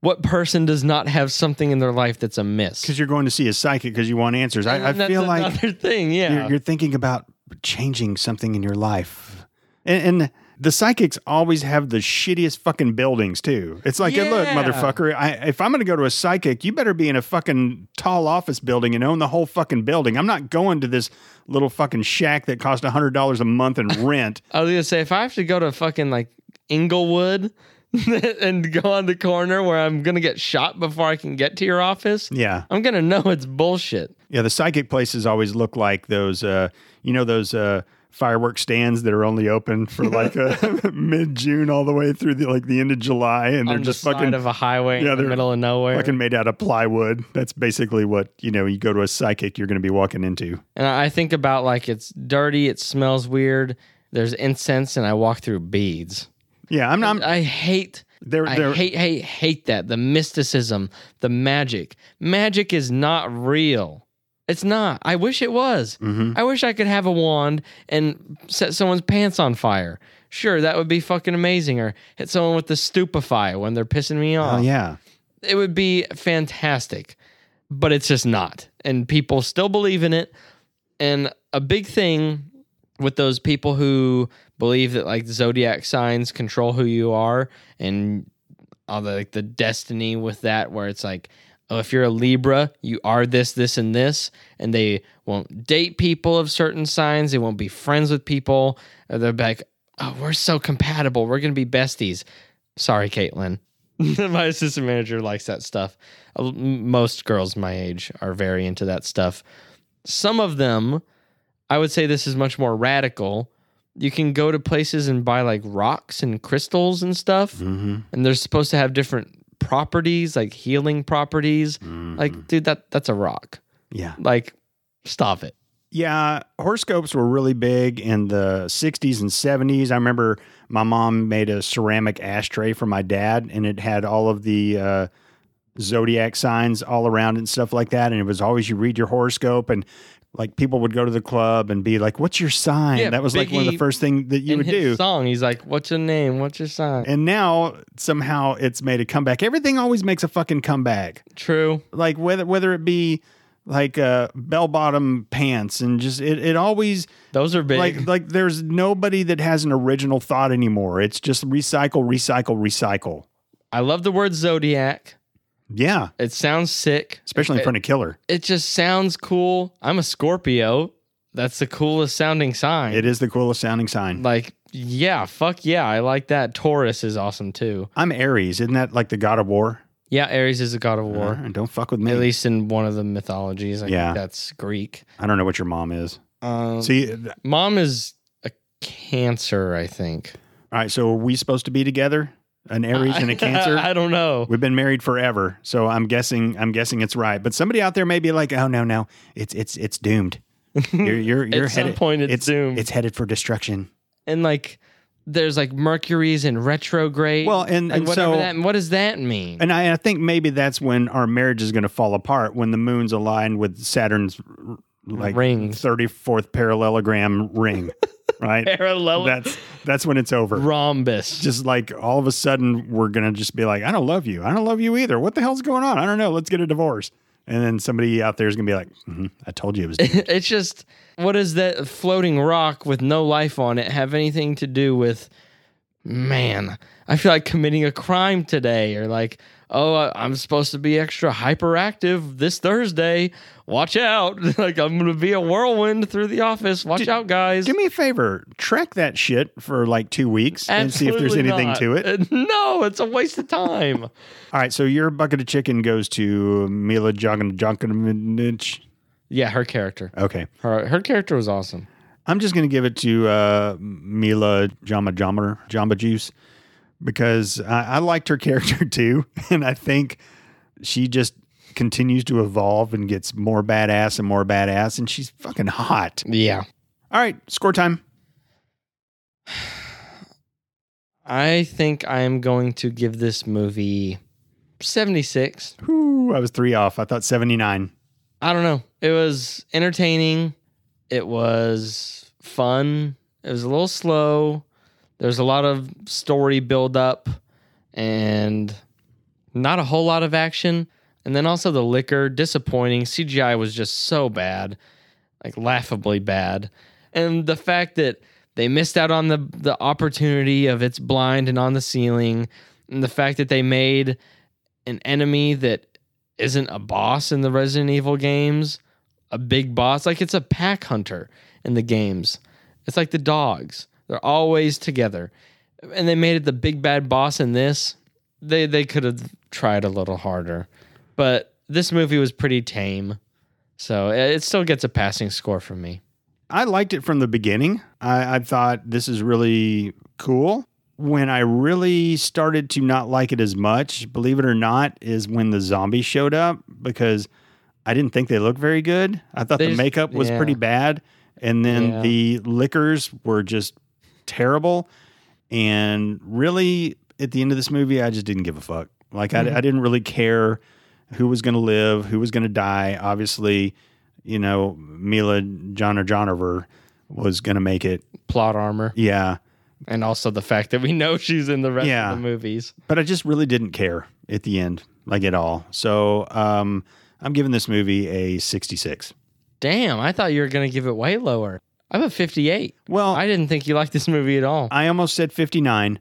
[SPEAKER 2] what person does not have something in their life that's amiss?
[SPEAKER 1] Because you're going to see a psychic because you want answers. I, I
[SPEAKER 2] And Mm-hmm. that's
[SPEAKER 1] feel like
[SPEAKER 2] another thing. Yeah.
[SPEAKER 1] you're, you're thinking about changing something in your life. And, and the psychics always have the shittiest fucking buildings too. It's like, "Hey, look,
[SPEAKER 2] Yeah.
[SPEAKER 1] motherfucker, I, if I'm going to go to a psychic, you better be in a fucking tall office building and own the whole fucking building. I'm not going to this little fucking shack that cost hundred dollars a month in rent.
[SPEAKER 2] I was gonna say if I have to go to fucking like Inglewood and go on the corner where I'm gonna get shot before I can get to your office,
[SPEAKER 1] yeah,
[SPEAKER 2] I'm gonna know it's bullshit.
[SPEAKER 1] yeah. The psychic places always look like those, uh, you know, those. Uh, Firework stands that are only open for like uh, mid June all the way through the like the end of July, and they're
[SPEAKER 2] on
[SPEAKER 1] just
[SPEAKER 2] the
[SPEAKER 1] fucking
[SPEAKER 2] side of a highway
[SPEAKER 1] Yeah,
[SPEAKER 2] in the
[SPEAKER 1] they're
[SPEAKER 2] middle of nowhere.
[SPEAKER 1] Fucking made out of plywood. That's basically what you know. You go to a psychic, you're going to be walking into.
[SPEAKER 2] and I I think about like it's dirty, it smells weird. There's incense, and I walk through beads.
[SPEAKER 1] Yeah, I'm not.
[SPEAKER 2] I hate.
[SPEAKER 1] They're,
[SPEAKER 2] I
[SPEAKER 1] they're,
[SPEAKER 2] hate, hate, hate that. The mysticism, the magic. Magic is not real. It's not. I wish it was.
[SPEAKER 1] Mhm.
[SPEAKER 2] I wish I could have a wand and set someone's pants on fire. Sure, that would be fucking amazing. Or hit someone with the stupefy when they're pissing me off.
[SPEAKER 1] Oh yeah,
[SPEAKER 2] It would be fantastic, but it's just not. And people still believe in it. And a big thing with those people who believe that like zodiac signs control who you are and all the like the destiny with that where it's like oh if you're a libra you are this this and this and they won't date people of certain signs they won't be friends with people or they're like oh we're so compatible we're gonna be besties sorry caitlin my assistant manager likes that stuff Uh, m- most girls my age are very into that stuff some of them i would say this is much more radical you can go to places and buy like rocks and crystals and stuff
[SPEAKER 1] mm-hmm.
[SPEAKER 2] and they're supposed to have different properties like healing properties
[SPEAKER 1] Mm-hmm.
[SPEAKER 2] like dude that that's a rock
[SPEAKER 1] yeah,
[SPEAKER 2] like stop it
[SPEAKER 1] yeah. Horoscopes were really big in the '60s and '70s. I remember my mom made a ceramic ashtray for my dad, and it had all of the uh, zodiac signs all around and stuff like that. And it was always you read your horoscope and. Like people would go to the club and be like, "What's your sign?"
[SPEAKER 2] Yeah,
[SPEAKER 1] that was like one of the
[SPEAKER 2] Biggie
[SPEAKER 1] first thing that you
[SPEAKER 2] in
[SPEAKER 1] would
[SPEAKER 2] his
[SPEAKER 1] do.
[SPEAKER 2] song he's like what's your name what's your sign
[SPEAKER 1] And now somehow it's made a comeback. Everything always makes a fucking comeback.
[SPEAKER 2] true
[SPEAKER 1] Like whether whether it be like uh bell bottom pants and just it, it always
[SPEAKER 2] those are big
[SPEAKER 1] like like there's nobody that has an original thought anymore. It's just recycle, recycle, recycle.
[SPEAKER 2] i love the word zodiac
[SPEAKER 1] Yeah.
[SPEAKER 2] it sounds sick
[SPEAKER 1] Especially in front of killer.
[SPEAKER 2] it just sounds cool i'm a scorpio that's the coolest sounding sign
[SPEAKER 1] It is the coolest sounding sign.
[SPEAKER 2] like yeah fuck yeah i like that taurus is awesome too
[SPEAKER 1] I'm Aries, isn't that like the god of war?
[SPEAKER 2] yeah aries is a god of war
[SPEAKER 1] Uh, don't fuck with me.
[SPEAKER 2] at least in one of the mythologies I
[SPEAKER 1] Yeah.
[SPEAKER 2] think that's greek
[SPEAKER 1] I don't know what your mom is.
[SPEAKER 2] um,
[SPEAKER 1] See, th-
[SPEAKER 2] Mom is a cancer, I think.
[SPEAKER 1] all right, so are we supposed to be together? An Aries and a Cancer?
[SPEAKER 2] I don't know.
[SPEAKER 1] We've been married forever, so I'm guessing I'm guessing it's right. But somebody out there may be like, "Oh no, no, it's it's it's doomed. You're you're you're
[SPEAKER 2] Hmm. At some
[SPEAKER 1] headed
[SPEAKER 2] point, it's, doomed.
[SPEAKER 1] It's headed for destruction."
[SPEAKER 2] and like, there's like Mercury's in retrograde.
[SPEAKER 1] Well, and
[SPEAKER 2] like
[SPEAKER 1] and
[SPEAKER 2] whatever
[SPEAKER 1] so
[SPEAKER 2] that. What does that mean?
[SPEAKER 1] and I, I think maybe that's when our marriage is going to fall apart when the moon's aligned with Saturn's r- like
[SPEAKER 2] Rings.
[SPEAKER 1] thirty fourth parallelogram ring, right?
[SPEAKER 2] Parallel
[SPEAKER 1] that's that's when it's over.
[SPEAKER 2] rhombus.
[SPEAKER 1] Just like all of a sudden, we're gonna just be like, I don't love you. I don't love you either. What the hell's going on? I don't know. Let's get a divorce. And then somebody out there is gonna be like, "Mhm, I told you it was
[SPEAKER 2] it's just what does that floating rock with no life on it have anything to do with? Man, I feel like committing a crime today, or like, oh, I- I'm supposed to be extra hyperactive this Thursday. Watch out. like, I'm going to be a whirlwind through the office. Watch out, guys.
[SPEAKER 1] Do me a favor, track that shit for like two weeks and see if there's
[SPEAKER 2] Absolutely
[SPEAKER 1] anything
[SPEAKER 2] not.
[SPEAKER 1] to it.
[SPEAKER 2] Uh, No, it's a waste of time.
[SPEAKER 1] All right, so your bucket of chicken goes to Mila Djokovic.
[SPEAKER 2] yeah, her character.
[SPEAKER 1] Okay,
[SPEAKER 2] Her, her character was awesome.
[SPEAKER 1] I'm just going to give it to uh, Mila Jama Jama Jamba Juice because I, I liked her character too, and I think she just continues to evolve and gets more badass and more badass, and she's fucking hot.
[SPEAKER 2] Yeah.
[SPEAKER 1] All right, score time.
[SPEAKER 2] I think I am going to give this movie 76.
[SPEAKER 1] Whew, I was three off. I thought 79.
[SPEAKER 2] I don't know. It was entertaining. It was fun. It was a little slow. There's a lot of story build up and not a whole lot of action. And then also the liquor, disappointing. CGI was just so bad, like laughably bad. And the fact that they missed out on the the opportunity of it's blind and on the ceiling, and the fact that they made an enemy that isn't a boss in the Resident Evil games, a big boss. Like it's a pack hunter in the games. It's like the dogs. They're always together. And they made it the big bad boss in this. They they could have tried a little harder. But this movie was pretty tame. So uh, it it still gets a passing score from me.
[SPEAKER 1] I liked it from the beginning. I, I thought this is really cool. When I really started to not like it as much, believe it or not, is when the zombies showed up because I didn't think they looked very good. I thought
[SPEAKER 2] They
[SPEAKER 1] the
[SPEAKER 2] just-
[SPEAKER 1] makeup was
[SPEAKER 2] yeah.
[SPEAKER 1] pretty bad. And then
[SPEAKER 2] Yeah.
[SPEAKER 1] the liquors were just terrible. And really, at the end of this movie, I just didn't give a fuck. Like,
[SPEAKER 2] Mm-hmm.
[SPEAKER 1] I, I didn't really care who was going to live, who was going to die. Obviously, you know, Mila John or Johnover was going to make it.
[SPEAKER 2] Plot armor.
[SPEAKER 1] Yeah.
[SPEAKER 2] And also the fact that we know she's in the rest
[SPEAKER 1] Yeah.
[SPEAKER 2] of the movies.
[SPEAKER 1] But I just really didn't care at the end, like at all. So um, I'm giving this movie a 66.
[SPEAKER 2] Damn, I thought you were gonna give it way lower. I'm a 58.
[SPEAKER 1] Well,
[SPEAKER 2] I
[SPEAKER 1] I,
[SPEAKER 2] didn't think you liked this movie at all.
[SPEAKER 1] almost said 59.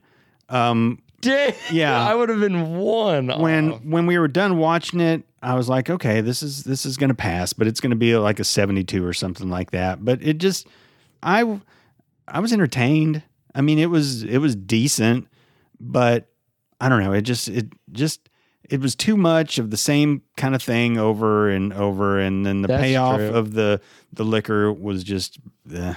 [SPEAKER 1] Um,
[SPEAKER 2] Damn.
[SPEAKER 1] Yeah.
[SPEAKER 2] I would have been one.
[SPEAKER 1] when
[SPEAKER 2] off.
[SPEAKER 1] when we were done watching it, I was like, okay, this is this is going to pass, but it's going to be like a 72 or something like that. But it just I I was entertained. I mean, it was it was decent, but I don't know, it just it just it was too much of the same kind of thing over and over and then the
[SPEAKER 2] That's
[SPEAKER 1] payoff
[SPEAKER 2] true.
[SPEAKER 1] of the the liquor was just eh.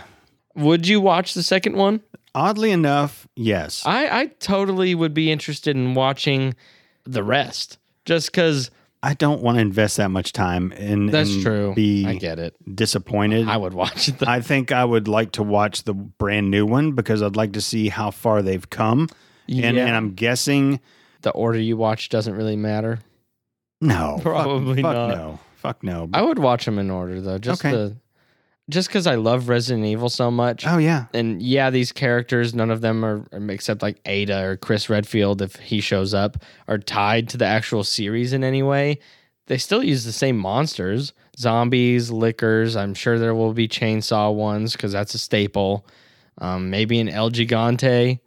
[SPEAKER 2] would you watch the second one?
[SPEAKER 1] oddly enough, yes.
[SPEAKER 2] I I totally would be interested in watching the rest, just because
[SPEAKER 1] I don't want to invest that much time and
[SPEAKER 2] that's
[SPEAKER 1] and
[SPEAKER 2] true.
[SPEAKER 1] Be
[SPEAKER 2] I get it.
[SPEAKER 1] disappointed.
[SPEAKER 2] I would watch it. though.
[SPEAKER 1] I think I would like to watch the brand new one because I'd like to see how far they've come. And,
[SPEAKER 2] Yeah.
[SPEAKER 1] and I'm guessing
[SPEAKER 2] the order you watch doesn't really matter.
[SPEAKER 1] no, fuck-
[SPEAKER 2] Probably
[SPEAKER 1] fuck,
[SPEAKER 2] not.
[SPEAKER 1] No, fuck no.
[SPEAKER 2] I would watch them in order though, just
[SPEAKER 1] Okay.
[SPEAKER 2] the just because I love Resident Evil so much.
[SPEAKER 1] oh yeah,
[SPEAKER 2] and yeah, these characters, none of them are um, except like Ada or Chris Redfield, if he shows up, are tied to the actual series in any way. They still use the same monsters, zombies, liquors. I'm sure there will be chainsaw ones because that's a staple. Um, maybe an El Gigante.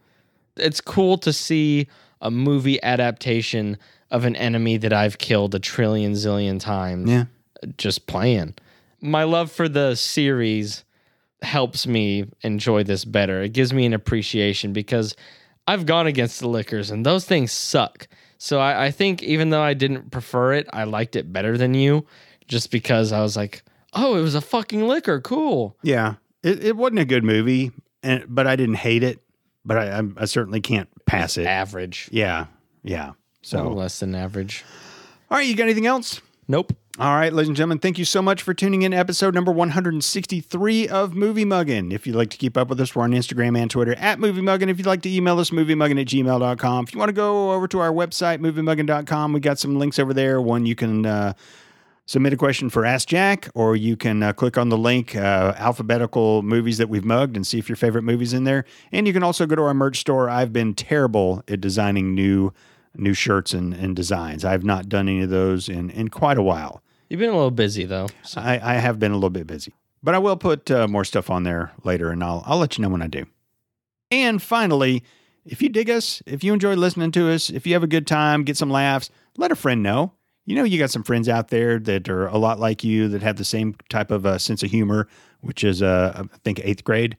[SPEAKER 2] It's cool to see a movie adaptation of an enemy that I've killed a trillion zillion times uh,
[SPEAKER 1] yeah.
[SPEAKER 2] just playing. My love for the series helps me enjoy this better. It gives me an appreciation because I've gone against the liquors and those things suck. So I, I think even though I didn't prefer it, I liked it better than you just because I was like, oh, it was a fucking liquor. Cool.
[SPEAKER 1] Yeah, it, it wasn't a good movie, and, but I didn't hate it. But I, I, I certainly can't pass it.
[SPEAKER 2] Average.
[SPEAKER 1] Yeah, yeah. So,
[SPEAKER 2] No
[SPEAKER 1] all
[SPEAKER 2] less than average.
[SPEAKER 1] right, you got anything else?
[SPEAKER 2] Nope.
[SPEAKER 1] All right, ladies and gentlemen, thank you so much for tuning in. Episode number 163 of Movie Muggin. If you'd like to keep up with us, we're on Instagram and Twitter at Movie Muggin. If you'd like to email us, moviemuggin at gmail.com. If you want to go over to our website, moviemuggin.com, we got some links over there. One, you can uh, submit a question for Ask Jack, or you can uh, click on the link, uh, alphabetical movies that we've mugged, and see if your favorite movie's in there. And you can also go to our merch store. I've been terrible at designing new new shirts and, and designs. I've not done any of those in, in quite a while.
[SPEAKER 2] You've been a little busy though. So
[SPEAKER 1] I, I have been a little bit busy, but I will put uh, more stuff on there later, and I'll I'll let you know when I do. And finally, if you dig us, if you enjoy listening to us, if you have a good time, get some laughs, let a friend know. You know, you got some friends out there that are a lot like you that have the same type of uh, sense of humor, which is, uh, I think, eighth grade.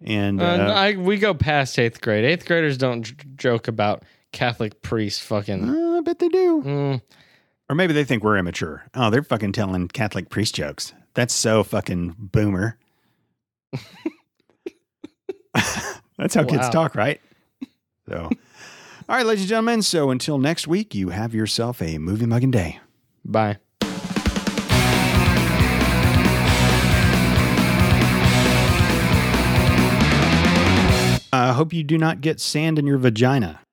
[SPEAKER 1] And
[SPEAKER 2] Uh,
[SPEAKER 1] uh,
[SPEAKER 2] I, we go past eighth grade. Eighth graders don't j- joke about Catholic priests fucking.
[SPEAKER 1] uh, I bet they do.
[SPEAKER 2] Mm,
[SPEAKER 1] Or maybe they think we're immature. Oh, they're fucking telling Catholic priest jokes. That's so fucking boomer. That's how kids
[SPEAKER 2] Wow.
[SPEAKER 1] talk, right? So, all right, ladies and gentlemen. So until next week, you have yourself a movie mugging day.
[SPEAKER 2] bye.
[SPEAKER 1] I hope you do not get sand in your vagina.